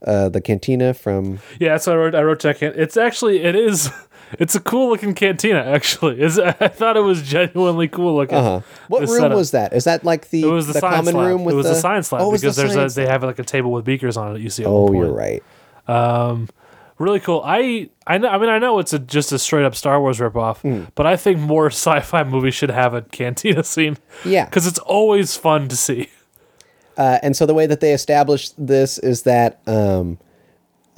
Speaker 4: uh, the cantina from.
Speaker 5: Yeah, that's what I wrote. I wrote check in. It's actually it is. It's a cool looking cantina. Actually, is I thought it was genuinely cool looking.
Speaker 4: Uh-huh. What
Speaker 5: The
Speaker 4: room
Speaker 5: setup.
Speaker 4: was that? Is that like the
Speaker 5: It was the, science
Speaker 4: common
Speaker 5: lab.
Speaker 4: room with
Speaker 5: it was
Speaker 4: the,
Speaker 5: the, science lab
Speaker 4: Oh, it was
Speaker 5: because
Speaker 4: the
Speaker 5: there's
Speaker 4: science-
Speaker 5: a they have like a table with beakers on it. You see. At
Speaker 4: Oh,
Speaker 5: one point.
Speaker 4: you're right.
Speaker 5: Really cool. I I know. I mean, I know it's a, just a straight up Star Wars ripoff, but I think more sci-fi movies should have a cantina scene.
Speaker 4: Yeah.
Speaker 5: because it's always fun to see.
Speaker 4: Uh, and so the way that they establish this is that um,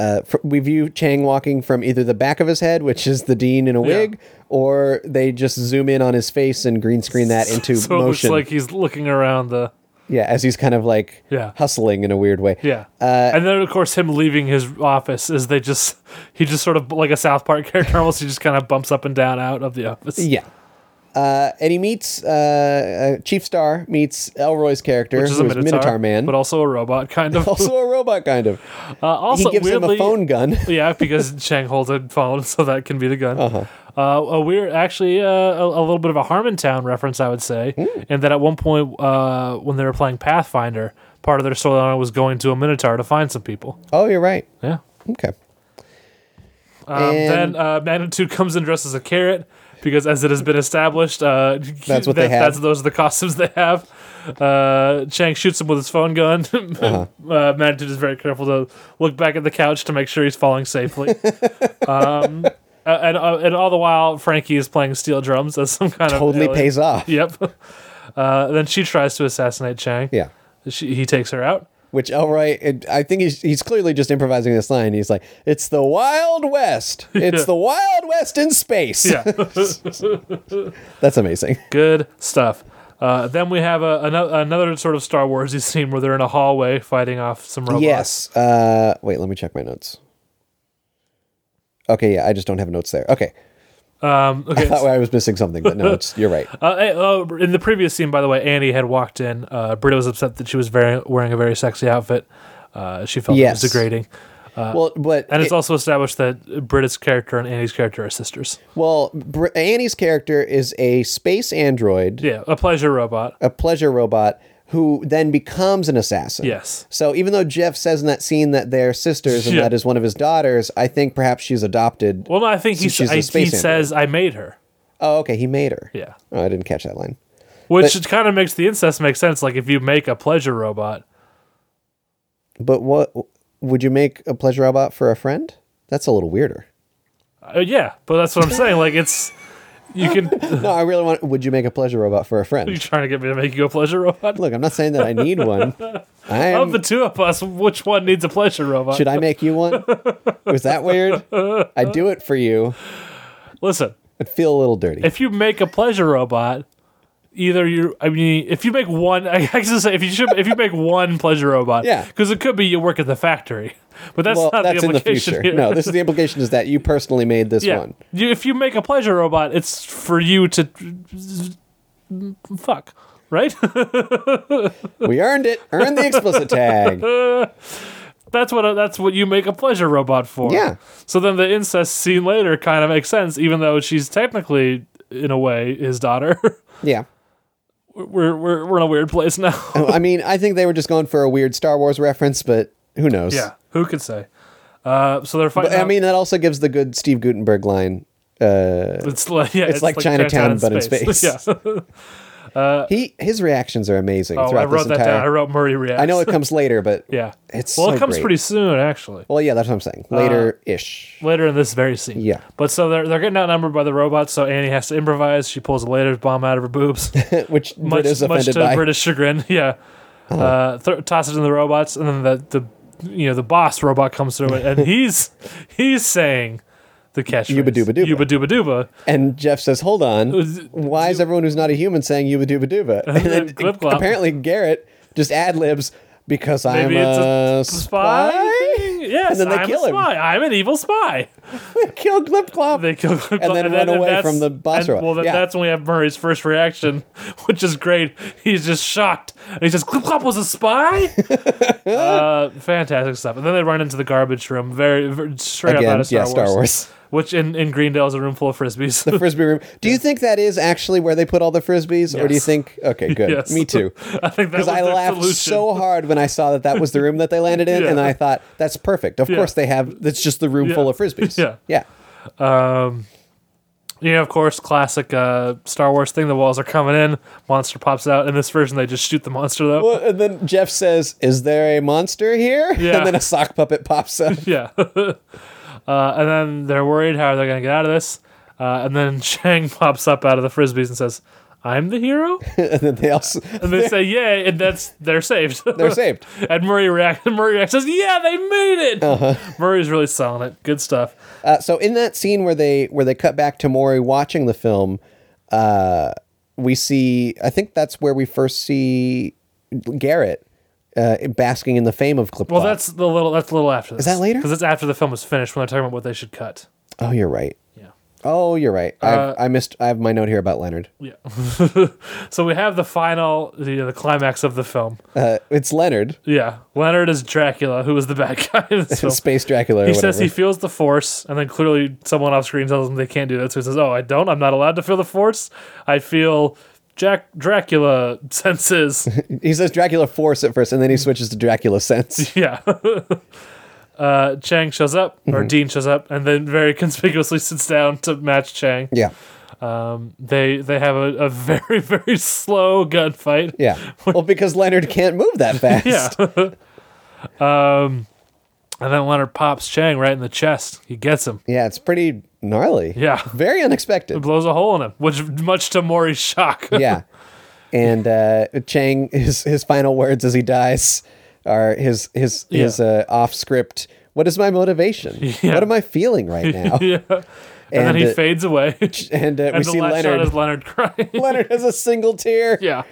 Speaker 4: uh, fr- we view Chang walking from either the back of his head, which is the dean in a wig, or they just zoom in on his face and green screen that into
Speaker 5: so
Speaker 4: motion.
Speaker 5: it's like he's looking around the
Speaker 4: yeah, as he's kind of like
Speaker 5: Yeah.
Speaker 4: hustling in a weird way.
Speaker 5: Yeah. and then of course him leaving his office is they just he just sort of like a South Park character almost he just kind of bumps up and down out of the office.
Speaker 4: Yeah. Uh, and he meets uh, uh, Chief Star meets Elroy's character,
Speaker 5: Which is
Speaker 4: who
Speaker 5: a
Speaker 4: is
Speaker 5: Minotaur,
Speaker 4: Man,
Speaker 5: but also a robot kind of.
Speaker 4: also a robot kind of.
Speaker 5: uh, also
Speaker 4: he gives
Speaker 5: weirdly,
Speaker 4: him a phone gun.
Speaker 5: yeah, because Chang holds a phone, so that can be the gun. Uh-huh. a weird, actually, uh, a, a little bit of a Harmontown reference, I would say, and that at one point uh, when they were playing Pathfinder, part of their storyline was going to a Minotaur to find some people.
Speaker 4: Oh, you're right.
Speaker 5: Yeah.
Speaker 4: Okay.
Speaker 5: Um,
Speaker 4: And-
Speaker 5: then uh, Magnitude comes and dresses a carrot because, as it has been established, uh,
Speaker 4: That's what they have.
Speaker 5: That's, those are the costumes they have. Uh, Chang shoots him with his phone gun.
Speaker 4: Uh-huh.
Speaker 5: uh Magnitude is very careful to look back at the couch to make sure he's falling safely. um, uh, and uh, and all the while, Frankie is playing steel drums as some kind
Speaker 4: Totally
Speaker 5: of alien.
Speaker 4: pays off.
Speaker 5: Yep. Uh, then she tries to assassinate Chang.
Speaker 4: Yeah.
Speaker 5: She, he takes her out.
Speaker 4: Which Elroy, it, I think he's, he's clearly just improvising this line. He's like, "It's the Wild West. It's
Speaker 5: Yeah.
Speaker 4: the Wild West in space."
Speaker 5: Yeah.
Speaker 4: That's amazing.
Speaker 5: Good stuff. Uh, then we have a, another, another sort of Star Warsy scene where they're in a hallway fighting off some robots.
Speaker 4: Yes. Uh, wait, let me check my notes. Okay, yeah, I just don't have notes there. Okay,
Speaker 5: Um, okay.
Speaker 4: I thought I was missing something, but no, it's, you're right.
Speaker 5: Uh, eh, oh, in the previous scene, by the way, Annie had walked in. Uh, Britta was upset that she was very, wearing a very sexy outfit. Uh, she felt
Speaker 4: Yes.
Speaker 5: it was degrading.
Speaker 4: well, but
Speaker 5: Uh, And it's
Speaker 4: it-
Speaker 5: also established that Britta's character and Annie's character are sisters.
Speaker 4: well, Br- Annie's character is a space android,
Speaker 5: Yeah, a pleasure robot.
Speaker 4: a pleasure robot, who then becomes an assassin.
Speaker 5: Yes.
Speaker 4: So even though Jeff says in that scene that they're sisters and
Speaker 5: Yeah.
Speaker 4: that is one of his daughters, I think perhaps she's adopted.
Speaker 5: Well, no, I think he,
Speaker 4: She's a
Speaker 5: I, he
Speaker 4: space android.
Speaker 5: says, I made her.
Speaker 4: Oh, okay, he made her.
Speaker 5: Yeah.
Speaker 4: Oh, I didn't catch that line.
Speaker 5: Which kind of makes the incest make sense. Like, if you make a pleasure robot,
Speaker 4: But what would you make a pleasure robot for a friend? That's a little weirder.
Speaker 5: Uh, yeah, but that's what I'm saying. Like it's you can.
Speaker 4: No, I really want. Would you make a pleasure robot for a
Speaker 5: You're
Speaker 4: friend?
Speaker 5: trying to get me to make you a pleasure robot.
Speaker 4: Look, I'm not saying that I need one. I am,
Speaker 5: Of the two of us, which one needs a pleasure robot?
Speaker 4: should I make you one? Was that weird? I do it for you.
Speaker 5: Listen,
Speaker 4: I'd feel a little dirty.
Speaker 5: if you make a pleasure robot, either you. I mean, if you make one, I guess to say if you should, if you make one pleasure robot,
Speaker 4: Yeah.
Speaker 5: because it could be you work at the factory, but that's
Speaker 4: well,
Speaker 5: not
Speaker 4: that's
Speaker 5: the
Speaker 4: in the
Speaker 5: implication
Speaker 4: future.
Speaker 5: here.
Speaker 4: No, this is the implication is that you personally made this
Speaker 5: yeah,
Speaker 4: one.
Speaker 5: you, if you make a pleasure robot, it's for you to fuck, right?
Speaker 4: We earned it. Earned the explicit tag.
Speaker 5: that's what that's what you make a pleasure robot for.
Speaker 4: Yeah.
Speaker 5: So then the incest scene later kind of makes sense, even though she's technically, in a way, his daughter.
Speaker 4: Yeah.
Speaker 5: we're, we're we're in a weird place now.
Speaker 4: I mean, I think they were just going for a weird Star Wars reference, but who knows?
Speaker 5: yeah. Who could say? Uh, so they're fighting.
Speaker 4: But, I
Speaker 5: out-
Speaker 4: mean, that also gives the good Steve Gutenberg line.
Speaker 5: it's like yeah,
Speaker 4: it's like Chinatown, but in space.
Speaker 5: yeah.
Speaker 4: He his reactions are amazing
Speaker 5: Oh, I
Speaker 4: throughout
Speaker 5: wrote
Speaker 4: this
Speaker 5: that
Speaker 4: entire.
Speaker 5: down. I wrote Murray reacts.
Speaker 4: I know it comes later, but
Speaker 5: yeah.
Speaker 4: it's
Speaker 5: well,
Speaker 4: so
Speaker 5: it comes
Speaker 4: great.
Speaker 5: pretty soon actually.
Speaker 4: Well, yeah, that's what I'm saying. Later ish.
Speaker 5: later in this very scene.
Speaker 4: Yeah.
Speaker 5: But so they're they're getting outnumbered by the robots, so Annie has to improvise. She pulls a laser bomb out of her boobs.
Speaker 4: Which
Speaker 5: much,
Speaker 4: Britta's
Speaker 5: much
Speaker 4: offended
Speaker 5: to
Speaker 4: by.
Speaker 5: British chagrin. Yeah, uh, th- tosses it in the robots, and then the, the you know the boss robot comes through, and he's he's saying the catchphrase
Speaker 4: Yuba duba duba.
Speaker 5: yuba duba duba.
Speaker 4: And Jeff says, "Hold
Speaker 5: was-
Speaker 4: on. Why is everyone who's not a human saying yuba duba duba?" And then
Speaker 5: Glip glop.
Speaker 4: apparently Garrett just ad libs because I'm
Speaker 5: Maybe it's
Speaker 4: a,
Speaker 5: a spy. thing? Yes,
Speaker 4: And then they
Speaker 5: I'm
Speaker 4: kill
Speaker 5: a
Speaker 4: him.
Speaker 5: spy. I'm an evil spy.
Speaker 4: Kill Glip Glop.
Speaker 5: They kill Glip Glop,
Speaker 4: then run away
Speaker 5: that's-
Speaker 4: from the boss
Speaker 5: and-
Speaker 4: robot.
Speaker 5: Well, then
Speaker 4: Yeah.
Speaker 5: that's when we have Murray's first reaction, which is great. He's just shocked, and he says, "Glip Glop was a spy." uh, fantastic stuff. And then they run into the garbage room. Very, very straight up out
Speaker 4: Again,
Speaker 5: of Star
Speaker 4: yeah, Star
Speaker 5: Wars.
Speaker 4: Wars.
Speaker 5: Which in, in Greendale is a room full of frisbees.
Speaker 4: The frisbee room. Do you think that is actually where they put all the frisbees, or do you
Speaker 5: Yes.
Speaker 4: think? Okay, good.
Speaker 5: Yes.
Speaker 4: Me too.
Speaker 5: I think that was
Speaker 4: Because I
Speaker 5: their
Speaker 4: laughed
Speaker 5: solution.
Speaker 4: so hard when I saw that that was the room that they landed in,
Speaker 5: Yeah.
Speaker 4: and I thought that's perfect. Of
Speaker 5: Yeah.
Speaker 4: course they have. That's just the room full
Speaker 5: Yeah.
Speaker 4: of frisbees.
Speaker 5: Yeah.
Speaker 4: yeah.
Speaker 5: You know, of course, classic uh, Star Wars thing. The walls are coming in. Monster pops out. In this version, they just shoot the monster though.
Speaker 4: Well, and then Jeff says, "Is there a monster here?"
Speaker 5: Yeah.
Speaker 4: And then a sock puppet pops up.
Speaker 5: Yeah. uh, and then they're worried how they're going to get out of this. Uh, and then Shang pops up out of the frisbees and says, "I'm the hero."
Speaker 4: and then they also
Speaker 5: And they say, "Yay!" And that's they're saved.
Speaker 4: they're saved.
Speaker 5: and Murray reacts. Murray reacts says, "Yeah, they made it."
Speaker 4: Uh-huh.
Speaker 5: Murray's really selling it. Good stuff.
Speaker 4: Uh, so in that scene where they where they cut back to Maury watching the film, uh, we see. I think that's where we first see Garrett uh, basking in the fame of Clip.
Speaker 5: Well, that's the little. That's a little after this.
Speaker 4: that later?
Speaker 5: Because it's after the film was finished when they're talking about what they should cut.
Speaker 4: oh, you're right.
Speaker 5: Yeah. Uh,
Speaker 4: Oh, you're right. I've, I missed. I have my note here about Leonard.
Speaker 5: Yeah. so we have the final, the, the climax of the film.
Speaker 4: Uh, it's Leonard,
Speaker 5: Yeah. Leonard is Dracula, who is the bad guy in this film.
Speaker 4: Space Dracula. Or
Speaker 5: He
Speaker 4: whatever.
Speaker 5: says he feels the force, and then clearly someone off screen tells him they can't do that. So he says, "Oh, I don't. I'm not allowed to feel the force. I feel Jack Dracula senses.
Speaker 4: He says Dracula Force at first, and then he switches to Dracula Sense.
Speaker 5: yeah. uh, Chang shows up,
Speaker 4: Mm-hmm.
Speaker 5: or Dean shows up, and then very conspicuously sits down to match Chang.
Speaker 4: yeah.
Speaker 5: They they have a, a very very slow gunfight.
Speaker 4: Yeah. Well, because Leonard can't move that fast.
Speaker 5: Yeah. um, and then Leonard pops Chang right in the chest. He gets him.
Speaker 4: Yeah, it's pretty gnarly.
Speaker 5: Yeah.
Speaker 4: Very unexpected.
Speaker 5: Blows a hole in him, which much to Mori's shock.
Speaker 4: yeah. And uh, Chang, his his final words as he dies are his his
Speaker 5: Yeah.
Speaker 4: his uh, off script. What is my motivation?
Speaker 5: Yeah.
Speaker 4: What am I feeling right now?
Speaker 5: yeah. And,
Speaker 4: And,
Speaker 5: then he
Speaker 4: uh,
Speaker 5: fades away.
Speaker 4: And uh, we
Speaker 5: and the
Speaker 4: see
Speaker 5: last shot
Speaker 4: Leonard.
Speaker 5: is Leonard crying.
Speaker 4: Leonard has a single tear.
Speaker 5: yeah.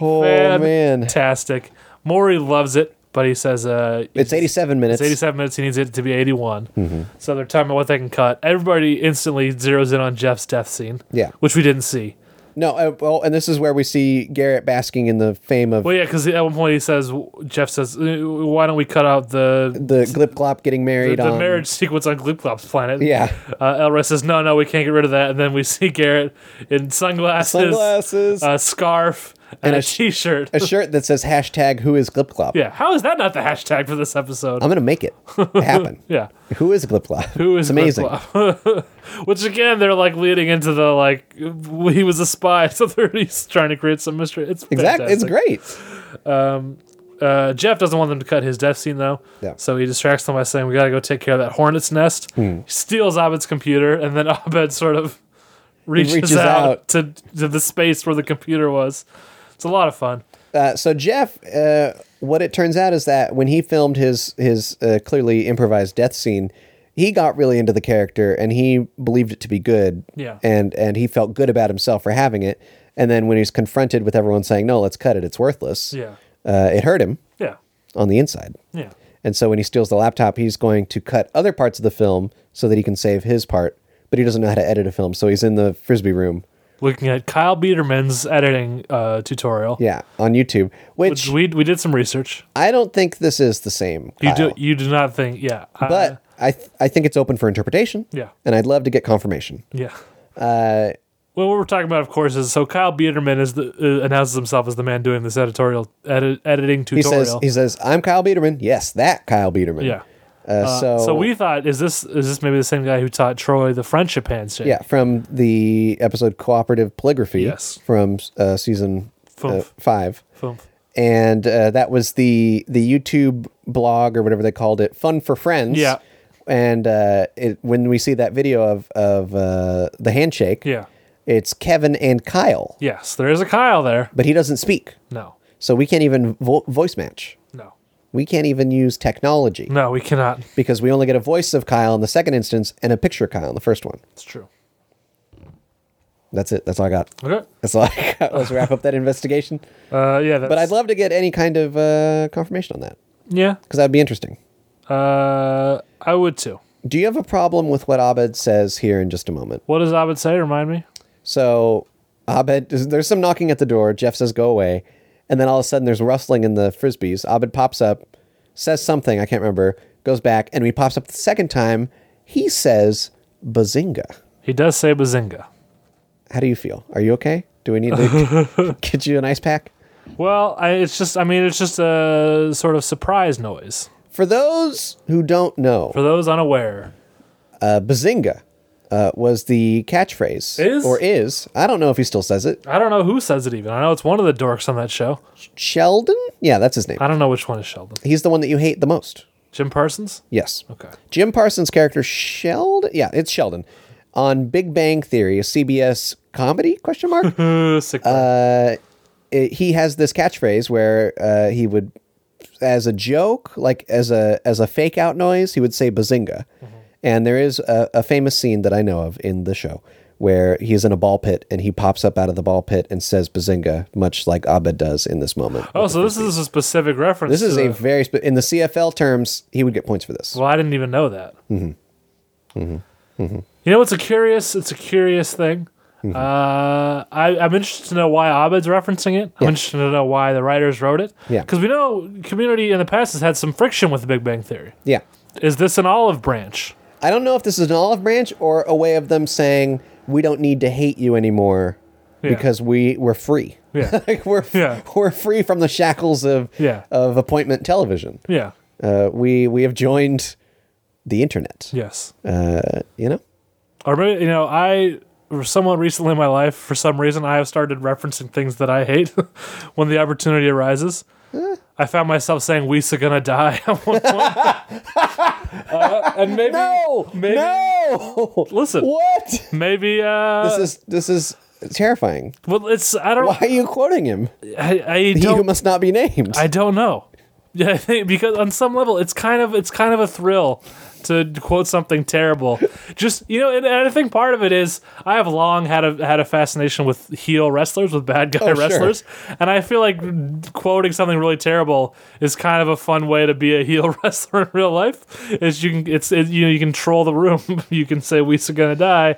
Speaker 4: Oh man,
Speaker 5: Fantastic. Maury loves it, but he says uh,
Speaker 4: it's eighty seven minutes. Mm-hmm.
Speaker 5: It's 87 minutes. He needs it to be 81. So they're talking about what they can cut. Everybody instantly zeroes in on Jeff's death scene.
Speaker 4: Yeah.
Speaker 5: Which we didn't see.
Speaker 4: No, uh, well, and this is where we see Garrett basking in the fame of
Speaker 5: Well, yeah, because at one point he says, Jeff says, "Uh, why don't we cut out the.
Speaker 4: the glip glop getting
Speaker 5: The,
Speaker 4: married
Speaker 5: the
Speaker 4: on
Speaker 5: marriage sequence on Glipclop's planet.
Speaker 4: Yeah.
Speaker 5: Uh, Elra says, no, no, we can't get rid of that. And then we see Garrett in sunglasses,
Speaker 4: Sunglasses.
Speaker 5: a scarf,
Speaker 4: And
Speaker 5: and, a
Speaker 4: a
Speaker 5: t
Speaker 4: sh-
Speaker 5: shirt.
Speaker 4: a shirt that says hashtag Who is glip glop.
Speaker 5: yeah. How is that not the hashtag for this episode?
Speaker 4: I'm gonna make it happen.
Speaker 5: yeah.
Speaker 4: Who is glip glop?
Speaker 5: Who is
Speaker 4: It's amazing?
Speaker 5: Gliplow? Which again, they're like leading into the like he was a spy, so they're he's trying to create some mystery. It's
Speaker 4: Exactly, it's
Speaker 5: fantastic.
Speaker 4: great.
Speaker 5: Uh, Jeff doesn't want them to cut his death scene though,
Speaker 4: Yeah.
Speaker 5: so he distracts them by saying, "We got to go take care of that hornet's nest."
Speaker 4: Hmm.
Speaker 5: He steals Abed's computer, and then Abed sort of reaches,
Speaker 4: reaches
Speaker 5: out,
Speaker 4: out.
Speaker 5: To, to the space where the computer was. It's a lot of fun.
Speaker 4: Uh, so Jeff, uh, what it turns out is that when he filmed his his uh, clearly improvised death scene, he got really into the character and he believed it to be good.
Speaker 5: Yeah.
Speaker 4: And and he felt good about himself for having it. And then when he's confronted with everyone saying, "No, let's cut it. It's worthless."
Speaker 5: Yeah,
Speaker 4: Uh, it hurt him
Speaker 5: yeah,
Speaker 4: on the inside.
Speaker 5: yeah.
Speaker 4: And so when he steals the laptop, he's going to cut other parts of the film so that he can save his part. But he doesn't know how to edit a film, so he's in the frisbee room.
Speaker 5: Looking at Kyle Biederman's editing uh, tutorial.
Speaker 4: Yeah, on YouTube,
Speaker 5: Which
Speaker 4: which
Speaker 5: we we did some research.
Speaker 4: I don't think this is the same.
Speaker 5: You
Speaker 4: Kyle.
Speaker 5: do you do not think yeah. I-
Speaker 4: but I th- I think it's open for interpretation.
Speaker 5: Yeah.
Speaker 4: and I'd love to get confirmation.
Speaker 5: Yeah.
Speaker 4: uh,
Speaker 5: well, what we're talking about, of course, is so Kyle Biederman is the, uh, announces himself as the man doing this editorial edit, editing
Speaker 4: He
Speaker 5: tutorial.
Speaker 4: says he says I'm Kyle Biederman. Yes, that Kyle Biederman.
Speaker 5: yeah.
Speaker 4: Uh, so
Speaker 5: So we thought, is this is this maybe the same guy who taught Troy the friendship handshake?
Speaker 4: yeah from the episode cooperative polygraphy.
Speaker 5: Yes.
Speaker 4: from uh, season uh,
Speaker 5: Foomph.
Speaker 4: five.
Speaker 5: Boom.
Speaker 4: and uh, that was the the YouTube blog or whatever they called it, Fun for Friends.
Speaker 5: Yeah.
Speaker 4: And uh, it, when we see that video of of uh, the handshake,
Speaker 5: Yeah.
Speaker 4: it's Kevin and Kyle,
Speaker 5: Yes, there is a Kyle there.
Speaker 4: but he doesn't speak,
Speaker 5: No,
Speaker 4: so we can't even vo- voice match.
Speaker 5: no,
Speaker 4: We can't even use technology
Speaker 5: no. We cannot.
Speaker 4: because we only get a voice of Kyle in the second instance and a picture of Kyle in the first one.
Speaker 5: It's true.
Speaker 4: That's it. That's all I got.
Speaker 5: Okay.
Speaker 4: That's all I got. Let's wrap up that investigation.
Speaker 5: Uh, yeah. That's,
Speaker 4: But I'd love to get any kind of uh, confirmation on that
Speaker 5: Yeah.
Speaker 4: because that'd be interesting.
Speaker 5: Uh, I would too.
Speaker 4: Do you have a problem with what Abed says here in just a moment?
Speaker 5: What does Abed say? Remind me.
Speaker 4: So, Abed, there's some knocking at the door. Jeff says, go away. And then all of a sudden, there's rustling in the frisbees. Abed pops up, says something, I can't remember, goes back, and when he pops up the second time. He says, bazinga.
Speaker 5: He does say bazinga.
Speaker 4: How do you feel? Are you okay? Do we need to get you an ice pack?
Speaker 5: Well, I, it's just. I mean, it's just a sort of surprise noise
Speaker 4: For those who don't know,
Speaker 5: for those unaware.
Speaker 4: uh, bazinga uh, was the catchphrase.
Speaker 5: Is?
Speaker 4: Or is. I don't know if he still says it.
Speaker 5: I don't know who says it even. I know it's one of the dorks on that show.
Speaker 4: Sheldon? Yeah, that's his name.
Speaker 5: I don't know which one is Sheldon.
Speaker 4: He's the one that you hate the most.
Speaker 5: Jim Parsons?
Speaker 4: Yes.
Speaker 5: Okay.
Speaker 4: Jim Parsons' character Sheldon, yeah, it's Sheldon, on Big Bang Theory, a CBS comedy question mark.
Speaker 5: Uh, sick burn.
Speaker 4: uh, it- he has this catchphrase where uh, he would, as a joke, like as a as a fake out noise, he would say "bazinga,"
Speaker 5: Mm-hmm.
Speaker 4: and there is a, a famous scene that I know of in the show where he is in a ball pit and he pops up out of the ball pit and says "bazinga," much like Abed does in this moment.
Speaker 5: oh, so this is a specific reference.
Speaker 4: This is
Speaker 5: to
Speaker 4: a
Speaker 5: the-
Speaker 4: very spe- in the CFL terms, he would get points for this.
Speaker 5: well, I didn't even know that. Mm-hmm. Mm-hmm.
Speaker 4: Mm-hmm.
Speaker 5: You know, it's a curious. It's a curious thing. Uh, I, I'm interested to know why Abed's referencing it. I'm interested to know why the writers wrote it.
Speaker 4: Yeah.
Speaker 5: Because we know Community in the past has had some friction with the Big Bang Theory.
Speaker 4: Yeah.
Speaker 5: Is this an olive branch?
Speaker 4: I don't know if this is an olive branch or a way of them saying we don't need to hate you anymore. because we we're free.
Speaker 5: Yeah.
Speaker 4: like we're
Speaker 5: Yeah.
Speaker 4: we're free from the shackles of
Speaker 5: Yeah.
Speaker 4: of appointment television.
Speaker 5: Yeah.
Speaker 4: Uh, we we have joined the internet.
Speaker 5: Yes.
Speaker 4: Uh, you know,
Speaker 5: Or maybe you know, I somewhat recently in my life, for some reason, I have started referencing things that I hate when the opportunity arises.
Speaker 4: Eh.
Speaker 5: I found myself saying "We's are gonna die" at one point, Uh, and maybe
Speaker 4: no,
Speaker 5: maybe
Speaker 4: no.
Speaker 5: Listen.
Speaker 4: what?
Speaker 5: maybe uh,
Speaker 4: This is this is terrifying.
Speaker 5: well, it's I don't
Speaker 4: Why are you quoting him?
Speaker 5: I, I
Speaker 4: He who
Speaker 5: don't
Speaker 4: must not be named.
Speaker 5: I don't know. Yeah, I think because on some level, it's kind of it's kind of a thrill to quote something terrible. Just you know, and, and I think part of it is I have long had a had a fascination with heel wrestlers, with bad guy
Speaker 4: Oh, sure.
Speaker 5: wrestlers, and I feel like quoting something really terrible is kind of a fun way to be a heel wrestler in real life. Is you can it's it, you know you can troll the room. you can say we're gonna die,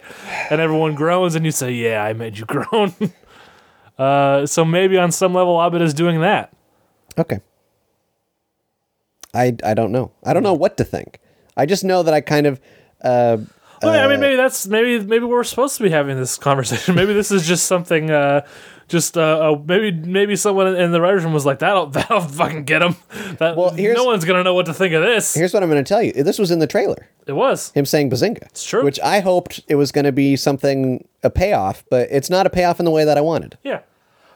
Speaker 5: and everyone groans, and you say, "Yeah, I made you groan." uh, so maybe on some level, Abed is doing that.
Speaker 4: Okay. I I don't know. I don't know what to think. I just know that I kind of. Uh,
Speaker 5: Well, I mean, maybe that's maybe maybe we're supposed to be having this conversation. Maybe this is just something, uh, just uh, uh, maybe maybe someone in the writers room was like, "That'll that'll fucking get him." That,
Speaker 4: Well, here's-
Speaker 5: no one's gonna know what to think of this.
Speaker 4: here's what I'm going to tell you. This was in the trailer.
Speaker 5: It was
Speaker 4: Him saying "bazinga," it's
Speaker 5: true.
Speaker 4: Which I hoped it was going to be something a payoff, but it's not a payoff in the way that I wanted.
Speaker 5: yeah,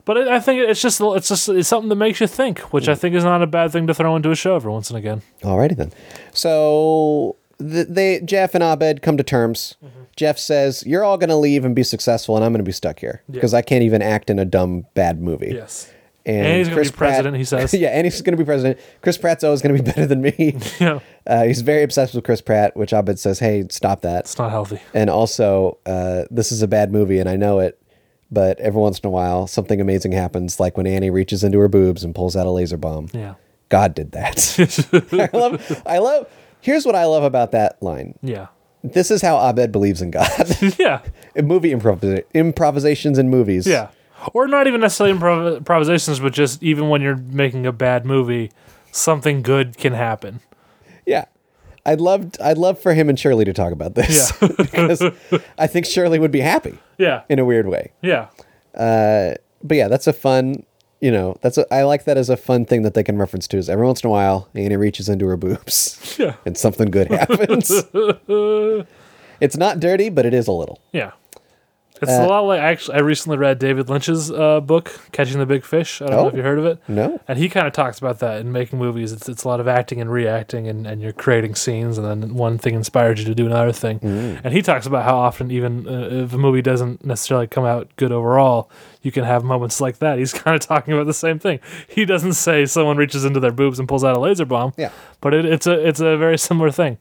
Speaker 5: but it, I think it's just it's just it's something that makes you think, which
Speaker 4: Mm.
Speaker 5: I think is not a bad thing to throw into a show every once and again.
Speaker 4: Alrighty then. So th- they Jeff and Abed come to terms.
Speaker 5: Mm-hmm.
Speaker 4: Jeff says, "You're all going to leave and be successful, and I'm going to be stuck here because I can't even act in a dumb bad movie."
Speaker 5: Yes.
Speaker 4: And,
Speaker 5: And he's gonna be
Speaker 4: Chris Pratt-
Speaker 5: president, he says.
Speaker 4: yeah, and he's going to be president. Chris Pratt's always going to be better than me.
Speaker 5: Yeah,
Speaker 4: Uh, he's very obsessed with Chris Pratt, which Abed says, "Hey, stop that."
Speaker 5: it's not healthy.
Speaker 4: And also, uh, this is a bad movie, and I know it. But every once in a while, something amazing happens, like when Annie reaches into her boobs and pulls out a laser bomb.
Speaker 5: Yeah.
Speaker 4: God did that. I love. I love. Here's what I love about that line.
Speaker 5: Yeah.
Speaker 4: This is how Abed believes in God.
Speaker 5: Yeah.
Speaker 4: in movie improvisa- improvisations in movies.
Speaker 5: Yeah. Or not even necessarily improv- improvisations, but just even when you're making a bad movie, something good can happen.
Speaker 4: Yeah. I'd love I'd love for him and Shirley to talk about this.
Speaker 5: Yeah.
Speaker 4: because I think Shirley would be happy
Speaker 5: Yeah.
Speaker 4: in a weird way.
Speaker 5: Yeah.
Speaker 4: But yeah, that's a fun, you know, that's a, I like that as a fun thing that they can reference to is every once in a while Annie reaches into her boobs
Speaker 5: Yeah.
Speaker 4: and something good happens. it's not dirty, but it is a little.
Speaker 5: Yeah. It's
Speaker 4: Uh,
Speaker 5: a lot like actually. I recently read David Lynch's uh, book, Catching the Big Fish. I don't know if
Speaker 4: Oh.
Speaker 5: you heard of it.
Speaker 4: No.
Speaker 5: And he kind of talks about that in making movies. It's it's a lot of acting and reacting, and, and you're creating scenes, and then one thing inspires you to do another thing.
Speaker 4: Mm.
Speaker 5: And he talks about how often, even uh, if a movie doesn't necessarily come out good overall, you can have moments like that. He's kind of talking about the same thing. He doesn't say someone reaches into their boobs and pulls out a laser bomb.
Speaker 4: Yeah.
Speaker 5: But it, it's a it's a very similar thing.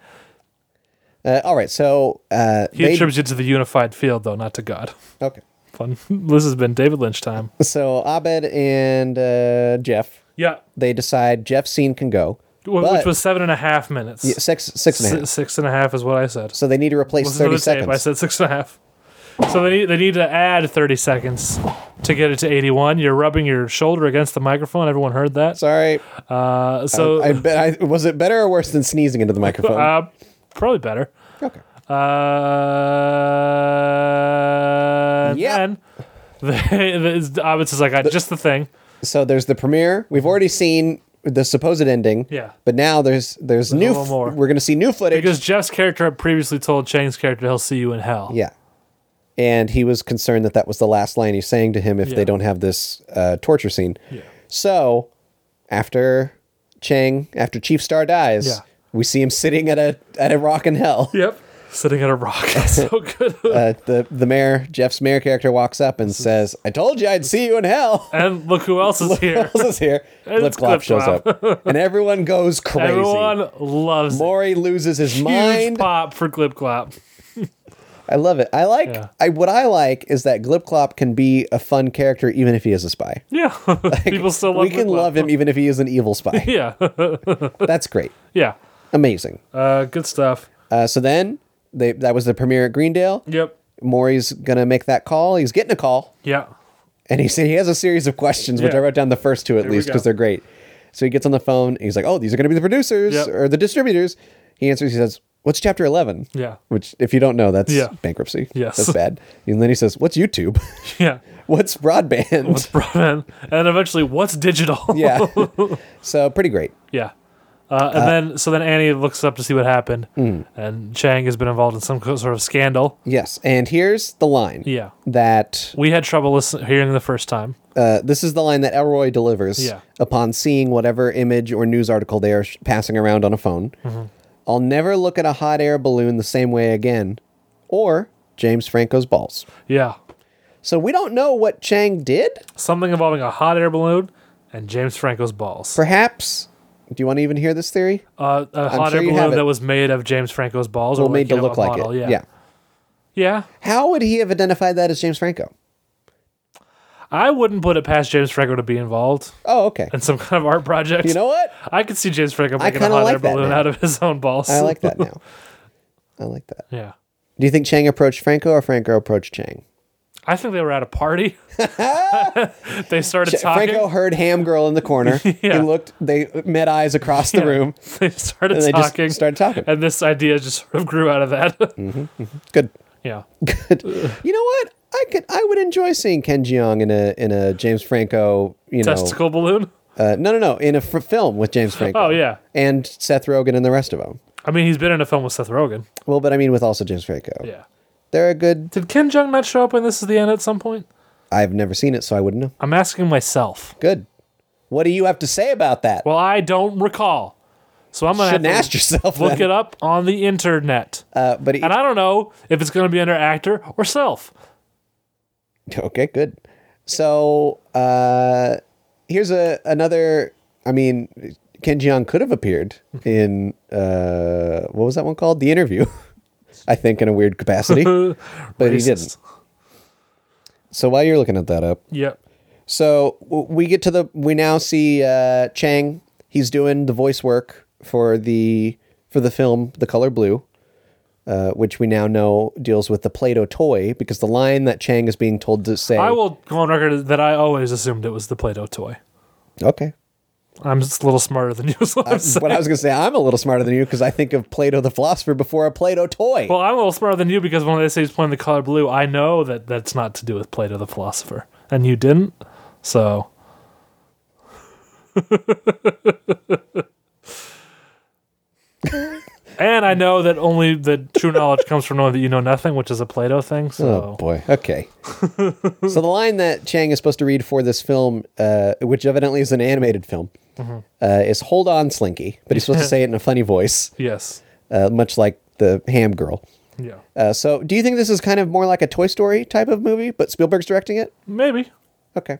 Speaker 4: Uh, all right, so uh,
Speaker 5: He
Speaker 4: they-
Speaker 5: attributes it to the unified field, though, not to God.
Speaker 4: okay.
Speaker 5: Fun. this has been David Lynch time.
Speaker 4: So Abed and uh, Jeff,
Speaker 5: Yeah.
Speaker 4: they decide Jeff's scene can go.
Speaker 5: Wh-
Speaker 4: but-
Speaker 5: Which was seven and a half minutes.
Speaker 4: Yeah, six six and a half.
Speaker 5: Si- six and a half is what I said.
Speaker 4: So they need to replace
Speaker 5: Listen to
Speaker 4: thirty
Speaker 5: the tape. I
Speaker 4: seconds.
Speaker 5: said six and a half. So they need, they need to add 30 seconds to get it to 81. You're rubbing your shoulder against the microphone. Everyone heard that.
Speaker 4: Sorry.
Speaker 5: Uh, so
Speaker 4: I bet I, was it better or worse than sneezing into the microphone?
Speaker 5: uh, probably better.
Speaker 4: okay.
Speaker 5: Uh,
Speaker 4: Yeah.
Speaker 5: and Then they, the, Abbott's is like, I, just the thing.
Speaker 4: So there's the premiere. We've already seen the supposed ending.
Speaker 5: Mm-hmm. Yeah.
Speaker 4: But now there's there's, new.
Speaker 5: little
Speaker 4: f-
Speaker 5: more.
Speaker 4: We're gonna see new footage.
Speaker 5: Because Jeff's character had previously told Chang's character, he'll see you in hell.
Speaker 4: yeah. And he was concerned that that was the last line he's saying to him if
Speaker 5: Yeah.
Speaker 4: they don't have this uh, torture scene. So after Chang, after Chief Star dies,
Speaker 5: Yeah.
Speaker 4: we see him sitting at a at a rock in hell.
Speaker 5: Yep. Sitting at a rock. That's so good.
Speaker 4: Uh, the the mayor, Jeff's mayor character, walks up and says, "I told you I'd see you in hell."
Speaker 5: and look who else is here.
Speaker 4: Miles is here. Flip
Speaker 5: It's
Speaker 4: Flop shows
Speaker 5: Flip
Speaker 4: up, and everyone goes crazy.
Speaker 5: Everyone loves it.
Speaker 4: Maury loses his
Speaker 5: huge
Speaker 4: mind.
Speaker 5: pop for Glip Glop.
Speaker 4: I love it. I like.
Speaker 5: Yeah.
Speaker 4: I what I like is that Glipclop can be a fun character even if he is a spy.
Speaker 5: Yeah, people still love.
Speaker 4: we can
Speaker 5: Glip Glop.
Speaker 4: love him even if he is an evil spy.
Speaker 5: Yeah,
Speaker 4: That's great.
Speaker 5: yeah.
Speaker 4: Amazing.
Speaker 5: Uh, good stuff.
Speaker 4: Uh, so then they that was the premiere at Greendale.
Speaker 5: Yep.
Speaker 4: Maury's gonna make that call. He's getting a call,
Speaker 5: Yeah.
Speaker 4: and he said he has a series of questions, which
Speaker 5: Yeah.
Speaker 4: I wrote down the first two at
Speaker 5: we
Speaker 4: least
Speaker 5: go.
Speaker 4: because they're great. So he gets on the phone. And he's like, "Oh, these are gonna be the producers
Speaker 5: Yep.
Speaker 4: or the distributors." He answers. He says, What's chapter 11?
Speaker 5: Yeah.
Speaker 4: Which, if you don't know, that's
Speaker 5: Yeah.
Speaker 4: bankruptcy.
Speaker 5: Yes.
Speaker 4: That's bad. And then he says, What's YouTube?
Speaker 5: Yeah.
Speaker 4: What's broadband?
Speaker 5: What's broadband? And eventually, what's digital?
Speaker 4: yeah. so, pretty great.
Speaker 5: Yeah. Uh, and then, so then Annie looks up to see what happened,
Speaker 4: hmm.
Speaker 5: and Chang has been involved in some co- sort of scandal.
Speaker 4: Yes. And here's the line
Speaker 5: Yeah.
Speaker 4: that
Speaker 5: We had trouble listen- hearing the first time.
Speaker 4: uh, this is the line that Elroy delivers
Speaker 5: Yeah.
Speaker 4: upon seeing whatever image or news article they are sh- passing around on a phone.
Speaker 5: Mm-hmm.
Speaker 4: I'll never look at a hot air balloon the same way again, or James Franco's balls.
Speaker 5: Yeah.
Speaker 4: So we don't know what Chang did.
Speaker 5: Something involving a hot air balloon and James Franco's balls.
Speaker 4: Perhaps. Do you want to even hear this theory?
Speaker 5: Uh, a hot
Speaker 4: sure
Speaker 5: air
Speaker 4: you have
Speaker 5: balloon
Speaker 4: it.
Speaker 5: that was made of James Franco's balls.
Speaker 4: Well,
Speaker 5: or
Speaker 4: made to
Speaker 5: you know,
Speaker 4: look
Speaker 5: a
Speaker 4: like
Speaker 5: model.
Speaker 4: it.
Speaker 5: Yeah. Yeah.
Speaker 4: How would he have identified that as James Franco?
Speaker 5: I wouldn't put it past James Franco to be involved
Speaker 4: Oh, okay.
Speaker 5: in some kind of art project.
Speaker 4: You know what?
Speaker 5: I could see James Franco making a
Speaker 4: kinda
Speaker 5: hot air
Speaker 4: like that
Speaker 5: balloon
Speaker 4: now.
Speaker 5: out of his own balls.
Speaker 4: I like that now. I like that.
Speaker 5: yeah.
Speaker 4: Do you think Chang approached Franco or Franco approached Chang?
Speaker 5: I think they were at a party. they started
Speaker 4: Ch-
Speaker 5: talking.
Speaker 4: Franco heard Ham Girl in the corner. He looked. They met eyes across the room.
Speaker 5: they started
Speaker 4: And they just
Speaker 5: talking.
Speaker 4: started Mm. talking.
Speaker 5: And this idea just sort of grew out of that.
Speaker 4: Good.
Speaker 5: yeah.
Speaker 4: Good. You know what? I could. I would enjoy seeing Ken Jeong in a in a James Franco. You know.
Speaker 5: Testicle balloon.
Speaker 4: Uh, no, no, no. In a f- film with James Franco.
Speaker 5: Oh, yeah.
Speaker 4: And Seth Rogen and the rest of them.
Speaker 5: I mean, he's been in a film with Seth Rogen.
Speaker 4: Well, but I mean with also James Franco.
Speaker 5: Yeah.
Speaker 4: They're a good.
Speaker 5: Did Ken Jung not show up in This Is the End at some point?
Speaker 4: I've never seen it, so I wouldn't know.
Speaker 5: I'm asking myself.
Speaker 4: Good. What do you have to say about that?
Speaker 5: Well, I don't recall. So I'm going
Speaker 4: Shouldn't
Speaker 5: to
Speaker 4: ask yourself.
Speaker 5: look
Speaker 4: then.
Speaker 5: it up on the internet.
Speaker 4: Uh, but he,
Speaker 5: And I don't know if it's going to be under actor or self.
Speaker 4: Okay, good. So uh, here's a another. I mean, Ken Jeong could have appeared in uh, what was that one called? The Interview, I think, in a weird capacity, but he didn't. So while you're looking at that up,
Speaker 5: Yep.
Speaker 4: so w- we get to the we now see uh, Chang. He's doing the voice work for the for the film The Color Blue, uh, which we now know deals with the Play-Doh toy because the line that Chang is being told to say.
Speaker 5: I will go on record that I always assumed it was the Play Doh toy.
Speaker 4: okay.
Speaker 5: I'm just a little smarter than you. is what I'm saying.
Speaker 4: Uh, What I was going to say, I'm a little smarter than you because I think of Plato the philosopher before a Plato toy.
Speaker 5: Well, I'm a little smarter than you because when they say he's playing the color blue, I know that that's not to do with Plato the philosopher, and you didn't. So, and I know that only the true knowledge comes from knowing that you know nothing, which is a Plato thing.
Speaker 4: oh
Speaker 5: So,
Speaker 4: boy. Okay. so the line that Chang is supposed to read for this film, uh, which evidently is an animated film,
Speaker 5: Mm-hmm.
Speaker 4: uh, is "Hold on, Slinky," but he's supposed to say it in a funny voice,
Speaker 5: yes,
Speaker 4: uh, much like the Ham Girl.
Speaker 5: yeah,
Speaker 4: Uh, so, do you think this is kind of more like a Toy Story type of movie, but Spielberg's directing it?
Speaker 5: maybe.
Speaker 4: Okay.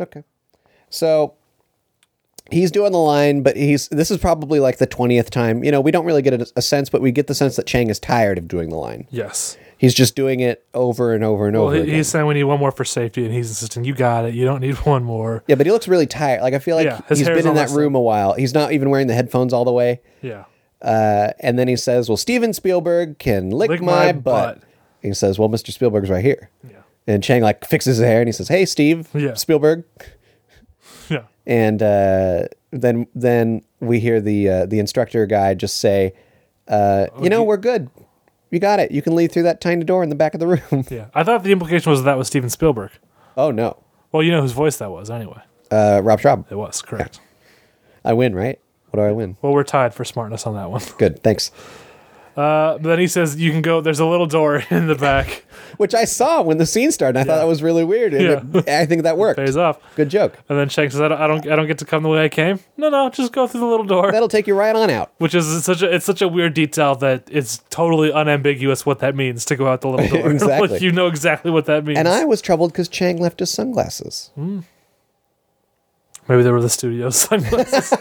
Speaker 4: Okay. So he's doing the line, but he's this is probably like the twentieth time. You know, we don't really get a, a sense, but we get the sense that Chang is tired of doing the line.
Speaker 5: Yes.
Speaker 4: He's just doing it over and over and
Speaker 5: Well,
Speaker 4: over.
Speaker 5: he-
Speaker 4: again.
Speaker 5: he's saying we need one more for safety, and he's insisting you got it. You don't need one more.
Speaker 4: yeah, but he looks really tired. Like I feel like
Speaker 5: Yeah, his
Speaker 4: he's
Speaker 5: hair's
Speaker 4: been in
Speaker 5: all
Speaker 4: that
Speaker 5: messed up.
Speaker 4: room a while. He's not even wearing the headphones all the way.
Speaker 5: Yeah.
Speaker 4: Uh, and then he says, "Well, Steven Spielberg can lick,
Speaker 5: Lick
Speaker 4: my,
Speaker 5: my
Speaker 4: butt."
Speaker 5: butt.
Speaker 4: And he says, "Well, Mr. Spielberg's right here."
Speaker 5: Yeah.
Speaker 4: And Chang like fixes his hair and he says, "Hey, Steve
Speaker 5: Yeah.
Speaker 4: Spielberg."
Speaker 5: Yeah.
Speaker 4: and uh, then then we hear the uh, the instructor guy just say, uh,
Speaker 5: Oh,
Speaker 4: "You know, we're good. You got it. You can leave through that tiny door in the back of the room."
Speaker 5: Yeah. I thought the implication was that was Steven Spielberg.
Speaker 4: oh no,
Speaker 5: Well, you know whose voice that was anyway.
Speaker 4: uh, Rob Schraub,
Speaker 5: It was correct.
Speaker 4: I win, right? What do I win?
Speaker 5: Well, we're tied for smartness on that one.
Speaker 4: Good, thanks.
Speaker 5: Uh, but then he says you can go. There's a little door in the back.
Speaker 4: Which I saw when the scene started. And I thought that was really weird. And
Speaker 5: Yeah.
Speaker 4: it- I think that worked.
Speaker 5: Pays off.
Speaker 4: Good joke.
Speaker 5: And then Shank says, I don't, I don't, I don't get to come the way I came. No, no, just go through the little door.
Speaker 4: That'll take you right on out.
Speaker 5: Which is such a, it's such a weird detail that it's totally unambiguous what that means to go out the little door.
Speaker 4: Exactly.
Speaker 5: like you know exactly what that means.
Speaker 4: And I was troubled because Chang left his sunglasses.
Speaker 5: Mm-hmm. maybe they were the studio sunglasses.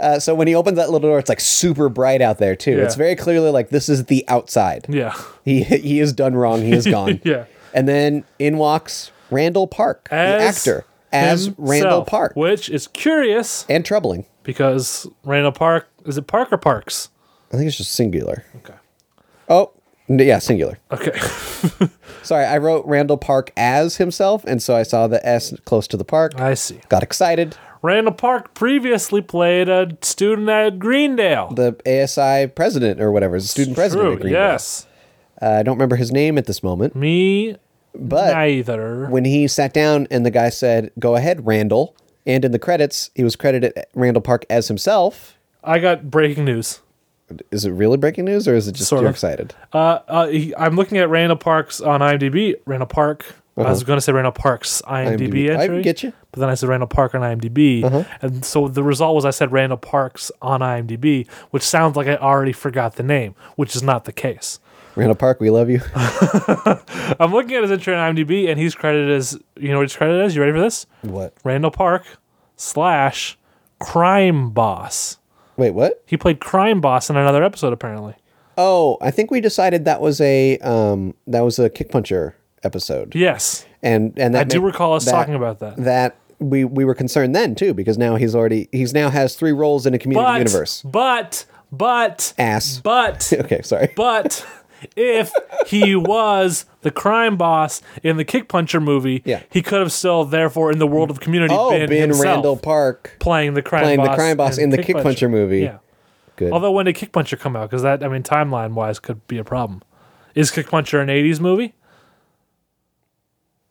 Speaker 4: Uh, so when he opens that little door, it's like super bright out there too.
Speaker 5: Yeah.
Speaker 4: It's very clearly like this is the outside.
Speaker 5: yeah,
Speaker 4: He he is done wrong. He is gone.
Speaker 5: Yeah.
Speaker 4: And then in walks Randall Park,
Speaker 5: As
Speaker 4: the actor, as Randall
Speaker 5: himself,
Speaker 4: Park,
Speaker 5: which is curious
Speaker 4: and troubling.
Speaker 5: because Randall Park is it Park or Parks?
Speaker 4: I think it's just singular.
Speaker 5: Okay,
Speaker 4: Oh, n- yeah, singular.
Speaker 5: okay,
Speaker 4: Sorry, I wrote Randall Park as himself, and so I saw the S close to the park.
Speaker 5: I see.
Speaker 4: Got excited.
Speaker 5: Randall Park previously played a student at Greendale.
Speaker 4: the ASI president or whatever, the student president.
Speaker 5: True.
Speaker 4: at Green Bay.
Speaker 5: Yes.
Speaker 4: Uh, I don't remember his name at this moment,
Speaker 5: Me
Speaker 4: but
Speaker 5: neither.
Speaker 4: when he sat down and the guy said, "Go ahead, Randall," and in the credits he was credited Randall Park as himself.
Speaker 5: I got breaking news.
Speaker 4: Is it really breaking news, or is it just
Speaker 5: Sort
Speaker 4: you're
Speaker 5: of.
Speaker 4: excited?
Speaker 5: Uh, uh, he, I'm looking at Randall Parks on IMDb. Randall Park. I was going to say Randall Parks IMDb,
Speaker 4: IMDb. Uh-huh. I
Speaker 5: entry.
Speaker 4: get you. Uh-huh.
Speaker 5: But then I said Randall Park on IMDb, and so the result was I said Randall Parks on IMDb, which sounds like I already forgot the name, which is not the case.
Speaker 4: Randall Park, we love you.
Speaker 5: I'm looking at his entry on IMDb, and he's credited as you know what he's credited as. You ready for this?
Speaker 4: what?
Speaker 5: Randall Park slash crime boss.
Speaker 4: Wait, what?
Speaker 5: He played crime boss in another episode, apparently.
Speaker 4: Oh, I think we decided that was a um that was a kick puncher episode,
Speaker 5: Yes,
Speaker 4: and and that
Speaker 5: I do
Speaker 4: made-
Speaker 5: recall us
Speaker 4: that-
Speaker 5: talking about that.
Speaker 4: that. We, we were concerned then too because now he's already he's now has three roles in a community
Speaker 5: but,
Speaker 4: universe.
Speaker 5: But, but,
Speaker 4: Ass.
Speaker 5: but,
Speaker 4: Okay, sorry.
Speaker 5: but, if he was the crime boss in the Kick Puncher movie,
Speaker 4: Yeah.
Speaker 5: he could have still, therefore, in the world of community,
Speaker 4: oh,
Speaker 5: been,
Speaker 4: Ben
Speaker 5: himself
Speaker 4: Randall Park.
Speaker 5: playing the crime
Speaker 4: playing the
Speaker 5: boss
Speaker 4: crime boss in the Kick Puncher movie.
Speaker 5: Yeah.
Speaker 4: Good.
Speaker 5: Although when did Kick Puncher come out? Because that, I mean, timeline wise, could be a problem. Is Kick Puncher an '80s movie?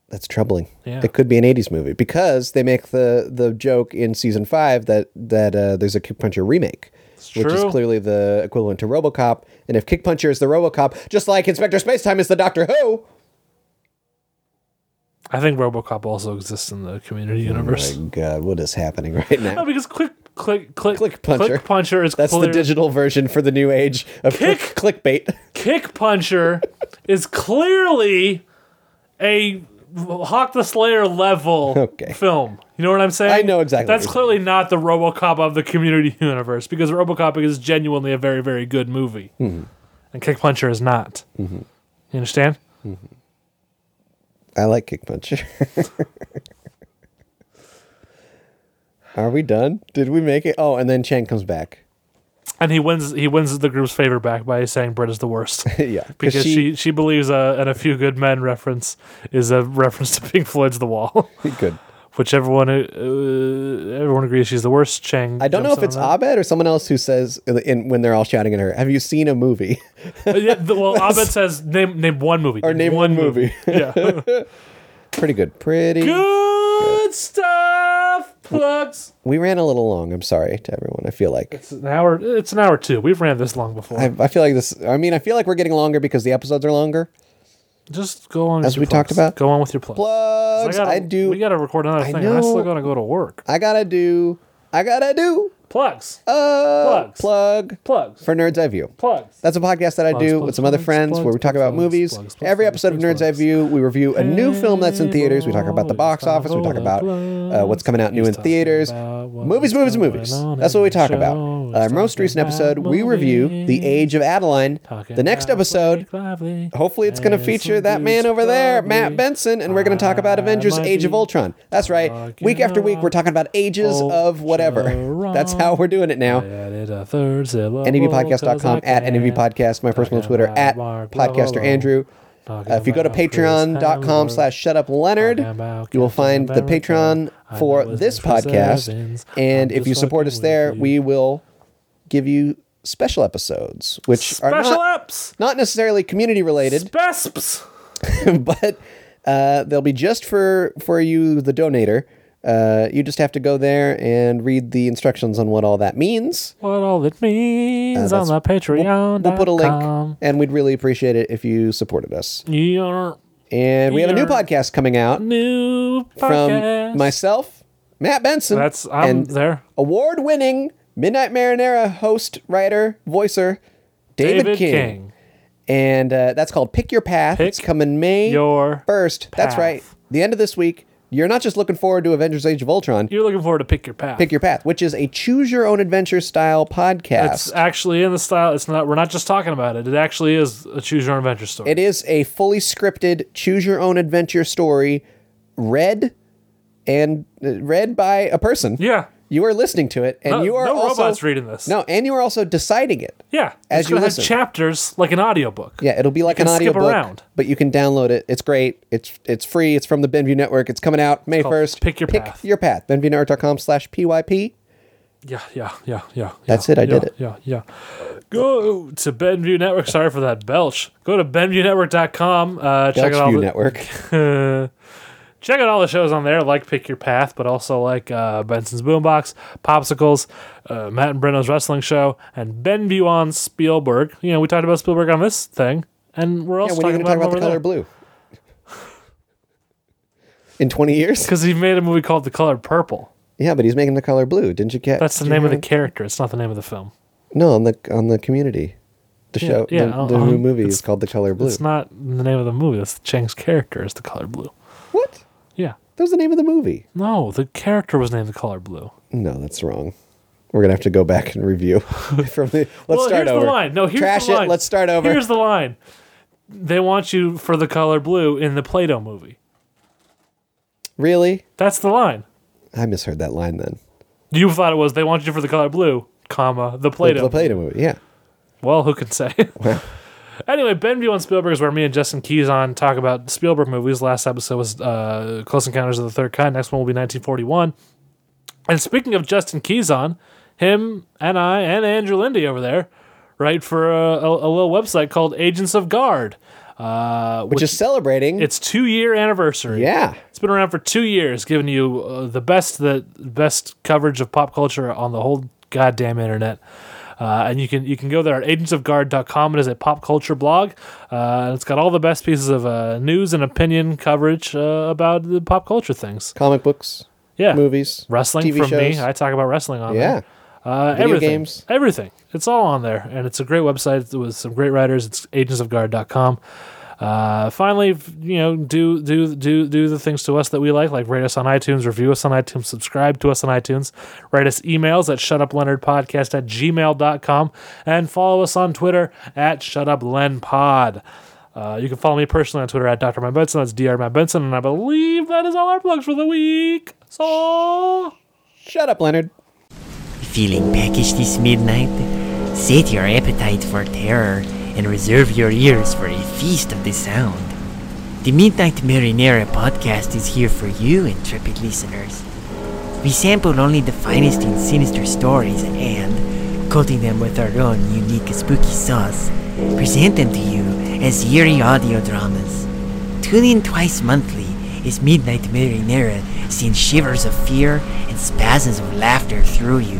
Speaker 4: That's troubling.
Speaker 5: Yeah.
Speaker 4: It could be an '80s movie because they make the the joke in season five that that uh, there's a Kick Puncher remake, which is
Speaker 5: true.
Speaker 4: clearly the equivalent to RoboCop. And if Kick Puncher is the RoboCop, just like Inspector Spacetime is the Doctor Who.
Speaker 5: I think RoboCop also exists in the community
Speaker 4: Mm,
Speaker 5: universe.
Speaker 4: My God, what is happening right
Speaker 5: No,
Speaker 4: now?
Speaker 5: because click, click, click,
Speaker 4: Click Puncher.
Speaker 5: click puncher is
Speaker 4: That's
Speaker 5: clear-
Speaker 4: the digital version for the new age of
Speaker 5: Kick-
Speaker 4: click, clickbait.
Speaker 5: kick puncher is clearly a Hawk the Slayer level
Speaker 4: Okay.
Speaker 5: film. You know what I'm saying?
Speaker 4: I know exactly what
Speaker 5: That's
Speaker 4: you're
Speaker 5: clearly not the RoboCop of the community universe because RoboCop is genuinely a very, very good movie,
Speaker 4: Mm-hmm.
Speaker 5: and Kick Puncher is not. You understand?
Speaker 4: I like Kick Puncher. Are we done? Did we make it? Oh, and then Chang comes back.
Speaker 5: And he wins. He wins the group's favor back by saying Britt is the worst.
Speaker 4: Yeah, 'cause
Speaker 5: because
Speaker 4: she-
Speaker 5: she, she believes a and a few good men reference is a reference to Pink Floyd's The Wall,
Speaker 4: Good.
Speaker 5: which everyone uh, everyone agrees she's the worst. Chang.
Speaker 4: I don't know
Speaker 5: jumps
Speaker 4: if it's
Speaker 5: in on
Speaker 4: Abed or someone else who says in, when they're all shouting at her, "Have you seen a movie?"
Speaker 5: that. Uh, yeah, the- well, Abed says name name one movie
Speaker 4: or name one movie.
Speaker 5: yeah,
Speaker 4: Pretty good. Pretty.
Speaker 5: good stuff. Plugs.
Speaker 4: We ran a little long. I'm sorry to everyone. I feel like
Speaker 5: It's an hour. It's an hour two. We've ran this long before.
Speaker 4: I, I feel like this. I mean, I feel like we're getting longer because the episodes are longer.
Speaker 5: Just go on. with
Speaker 4: As
Speaker 5: your
Speaker 4: we talked
Speaker 5: plugs.
Speaker 4: about-
Speaker 5: Go on with your plugs. I,
Speaker 4: Plugs.
Speaker 5: gotta,
Speaker 4: I
Speaker 5: We
Speaker 4: do.
Speaker 5: got to record another thing. and I still
Speaker 4: know-
Speaker 5: gotta go to work.
Speaker 4: I gotta do. I gotta do.
Speaker 5: Plugs.
Speaker 4: Uh,
Speaker 5: Plugs.
Speaker 4: plug
Speaker 5: Plugs.
Speaker 4: for Nerds Eye View.
Speaker 5: Plugs.
Speaker 4: That's a podcast that I do
Speaker 5: plugs,
Speaker 4: with some other
Speaker 5: plugs,
Speaker 4: friends
Speaker 5: plugs,
Speaker 4: where we talk
Speaker 5: plugs,
Speaker 4: about
Speaker 5: plugs,
Speaker 4: movies.
Speaker 5: plugs, plugs,
Speaker 4: Every
Speaker 5: plugs,
Speaker 4: episode of
Speaker 5: plugs,
Speaker 4: Nerds Eye
Speaker 5: plugs.
Speaker 4: View, we review a new film that's in theaters. We talk about the box
Speaker 5: He's talking
Speaker 4: office. We talk about uh,
Speaker 5: about
Speaker 4: what's coming out new
Speaker 5: he's
Speaker 4: in
Speaker 5: talking
Speaker 4: theaters.
Speaker 5: about what's
Speaker 4: Movies, movies,
Speaker 5: going
Speaker 4: movies.
Speaker 5: on
Speaker 4: That's
Speaker 5: in
Speaker 4: what we
Speaker 5: the
Speaker 4: talk
Speaker 5: show.
Speaker 4: about.
Speaker 5: He's
Speaker 4: Our most
Speaker 5: talking
Speaker 4: recent
Speaker 5: about
Speaker 4: episode, we review The
Speaker 5: movies.
Speaker 4: Age of Adeline.
Speaker 5: Talking
Speaker 4: The next
Speaker 5: about
Speaker 4: episode,
Speaker 5: Blake Lively
Speaker 4: hopefully it's going to
Speaker 5: and
Speaker 4: feature
Speaker 5: some
Speaker 4: that man
Speaker 5: dudes
Speaker 4: over there,
Speaker 5: probably
Speaker 4: Matt Benson, and we're going to talk about
Speaker 5: I
Speaker 4: Avengers
Speaker 5: might
Speaker 4: Age of
Speaker 5: be
Speaker 4: Ultron. That's right.
Speaker 5: talking
Speaker 4: Week after week, we're
Speaker 5: about
Speaker 4: talking about ages of whatever.
Speaker 5: Ultron.
Speaker 4: That's how we're doing it now.
Speaker 5: Added a third syllable.
Speaker 4: NVPodcast.com at NVPodcast, my personal
Speaker 5: Talking
Speaker 4: Twitter
Speaker 5: about
Speaker 4: at
Speaker 5: Mark
Speaker 4: Podcaster
Speaker 5: Lovell.
Speaker 4: Andrew. Uh, if you go to patreon.com slash shut up leonard
Speaker 5: Talking about
Speaker 4: you will find the
Speaker 5: Captain America.
Speaker 4: patreon
Speaker 5: I
Speaker 4: for
Speaker 5: know his
Speaker 4: this
Speaker 5: name for
Speaker 4: podcast
Speaker 5: Sevens.
Speaker 4: and
Speaker 5: I'm
Speaker 4: if you
Speaker 5: just
Speaker 4: support us
Speaker 5: fucking
Speaker 4: there
Speaker 5: with you.
Speaker 4: we will give you special episodes which are
Speaker 5: Special
Speaker 4: not,
Speaker 5: ups.
Speaker 4: not necessarily community related
Speaker 5: Besps.
Speaker 4: but uh, they'll be just for for you, the donator. Uh, you just have to go there and read the instructions on what all that means.
Speaker 5: What all it means
Speaker 4: Uh, that's-
Speaker 5: on the Patreon.
Speaker 4: We'll put a link, and we'd really appreciate it if you supported us.
Speaker 5: Your
Speaker 4: And we have a new
Speaker 5: Yeah.
Speaker 4: podcast coming out
Speaker 5: new podcast.
Speaker 4: from myself, Matt Benson.
Speaker 5: That's I'm
Speaker 4: and
Speaker 5: there.
Speaker 4: award-winning Midnight Marinera host, writer, voicer, David,
Speaker 5: David King.
Speaker 4: and uh, that's called Pick Your Path. it's
Speaker 5: Pick
Speaker 4: coming May
Speaker 5: your
Speaker 4: first. That's
Speaker 5: path.
Speaker 4: right. The end of this week. You're not just looking forward to Avengers: Age of Ultron.
Speaker 5: You're looking forward to pick your path.
Speaker 4: Pick Your Path, which is a choose-your-own-adventure style
Speaker 5: it's
Speaker 4: podcast.
Speaker 5: actually in the style. It's not. We're not just talking about it. It actually is a choose your own adventure story.
Speaker 4: it is a fully scripted choose-your-own-adventure story, read and uh, read by a person.
Speaker 5: yeah,
Speaker 4: You are listening to it, and
Speaker 5: No-
Speaker 4: you are
Speaker 5: no
Speaker 4: also
Speaker 5: robots reading this.
Speaker 4: No, and you are also deciding it.
Speaker 5: Yeah.
Speaker 4: As
Speaker 5: it's
Speaker 4: you
Speaker 5: gonna have
Speaker 4: listen.
Speaker 5: chapters like an audiobook.
Speaker 4: Yeah, it'll be like
Speaker 5: can
Speaker 4: an
Speaker 5: skip
Speaker 4: audiobook,
Speaker 5: around.
Speaker 4: but you can download it. It's great. It's it's free. It's from the Benview Network. It's coming out May
Speaker 5: called
Speaker 4: first.
Speaker 5: Pick Your Path.
Speaker 4: Your path. BenviewNetwork.com slash pyp.
Speaker 5: Yeah, yeah, yeah, yeah.
Speaker 4: That's
Speaker 5: yeah,
Speaker 4: it, I
Speaker 5: yeah,
Speaker 4: did it.
Speaker 5: Yeah, yeah. Go to Benview Network. Sorry for that belch. Go to BenviewNetwork.com. Uh, check out all
Speaker 4: Belchview
Speaker 5: the,
Speaker 4: Network.
Speaker 5: check out all the shows on there, like Pick Your Path, but also like uh, Benson's Boombox, Popsicles, uh, Matt and Breno's Wrestling Show, and Benview on Spielberg. You know, we talked about Spielberg on this thing, and we're
Speaker 4: Yeah,
Speaker 5: also
Speaker 4: when are you going
Speaker 5: talking
Speaker 4: to talk
Speaker 5: about,
Speaker 4: about the color blue? In twenty years?
Speaker 5: Because he made a movie called The Color Purple.
Speaker 4: Yeah, but he's making the color blue. Didn't you get?
Speaker 5: That's the
Speaker 4: did you
Speaker 5: name of
Speaker 4: hear
Speaker 5: the character. It's not the name of the film.
Speaker 4: it? No, on the on the community, the show,
Speaker 5: yeah,
Speaker 4: the,
Speaker 5: I'll-
Speaker 4: the
Speaker 5: I'll-
Speaker 4: new movie
Speaker 5: it's-
Speaker 4: is called the color blue.
Speaker 5: It's not the name of the movie. That's Chang's character is the color blue.
Speaker 4: what?
Speaker 5: Yeah.
Speaker 4: That was the name of the movie.
Speaker 5: No, the character was named the color blue.
Speaker 4: No, that's wrong. We're gonna have to go back and review from the. Let's
Speaker 5: well,
Speaker 4: start
Speaker 5: here's
Speaker 4: over.
Speaker 5: the line. No, here's
Speaker 4: Trash
Speaker 5: the line.
Speaker 4: it. Let's start over.
Speaker 5: Here's the line. They want you for the color blue in the Play-Doh movie.
Speaker 4: Really?
Speaker 5: That's the line.
Speaker 4: I misheard that line then.
Speaker 5: You thought it was they want you for the color blue, comma the
Speaker 4: The-
Speaker 5: Play-Doh.
Speaker 4: The Play-Doh movie. Yeah.
Speaker 5: Well, who can say? anyway, Benview on Spielberg is where me and Justin Keys on talk about Spielberg movies. Last episode was uh, Close Encounters of the Third Kind. Next one will be 1941. And speaking of Justin Keys on, him and I and Andrew Lindy over there write for a, a, a little website called Agents of Guard, uh,
Speaker 4: Which
Speaker 5: which,
Speaker 4: is celebrating.
Speaker 5: its two year anniversary.
Speaker 4: yeah.
Speaker 5: It's been around for two years, giving you uh, the best the best coverage of pop culture on the whole goddamn internet. Uh, and you can you can go there at agentsofguard.com. It is a pop culture blog. Uh, and it's got all the best pieces of uh, news and opinion coverage uh, about the pop culture things.
Speaker 4: Comic books,
Speaker 5: Yeah,
Speaker 4: movies,
Speaker 5: wrestling
Speaker 4: TV
Speaker 5: from
Speaker 4: shows.
Speaker 5: me. I talk about wrestling on
Speaker 4: yeah.
Speaker 5: there. Uh,
Speaker 4: Video
Speaker 5: everything,
Speaker 4: games.
Speaker 5: everything. It's all on there, and it's a great website with some great writers. It's agentsofguard.com. Uh, finally, f- you know, do do do do the things to us that we like, like rate us on iTunes, review us on iTunes, subscribe to us on iTunes, write us emails at shutupleonardpodcast at gmail.com, and follow us on Twitter at shutuplenpod. Uh, you can follow me personally on Twitter at Dr. Matt Benson. That's Dr. Matt Benson, and I believe that is all our plugs for the week. So.
Speaker 4: Shut up, Leonard.
Speaker 3: Feeling peckish this midnight? Sate your appetite for terror and reserve your ears for a feast of the sound. The Midnight Marinera podcast is here for you, intrepid listeners. We sample only the finest in sinister stories and, coating them with our own unique spooky sauce, present them to you as eerie audio dramas. Tune in twice monthly as Midnight Marinera sends shivers of fear and spasms of laughter through you.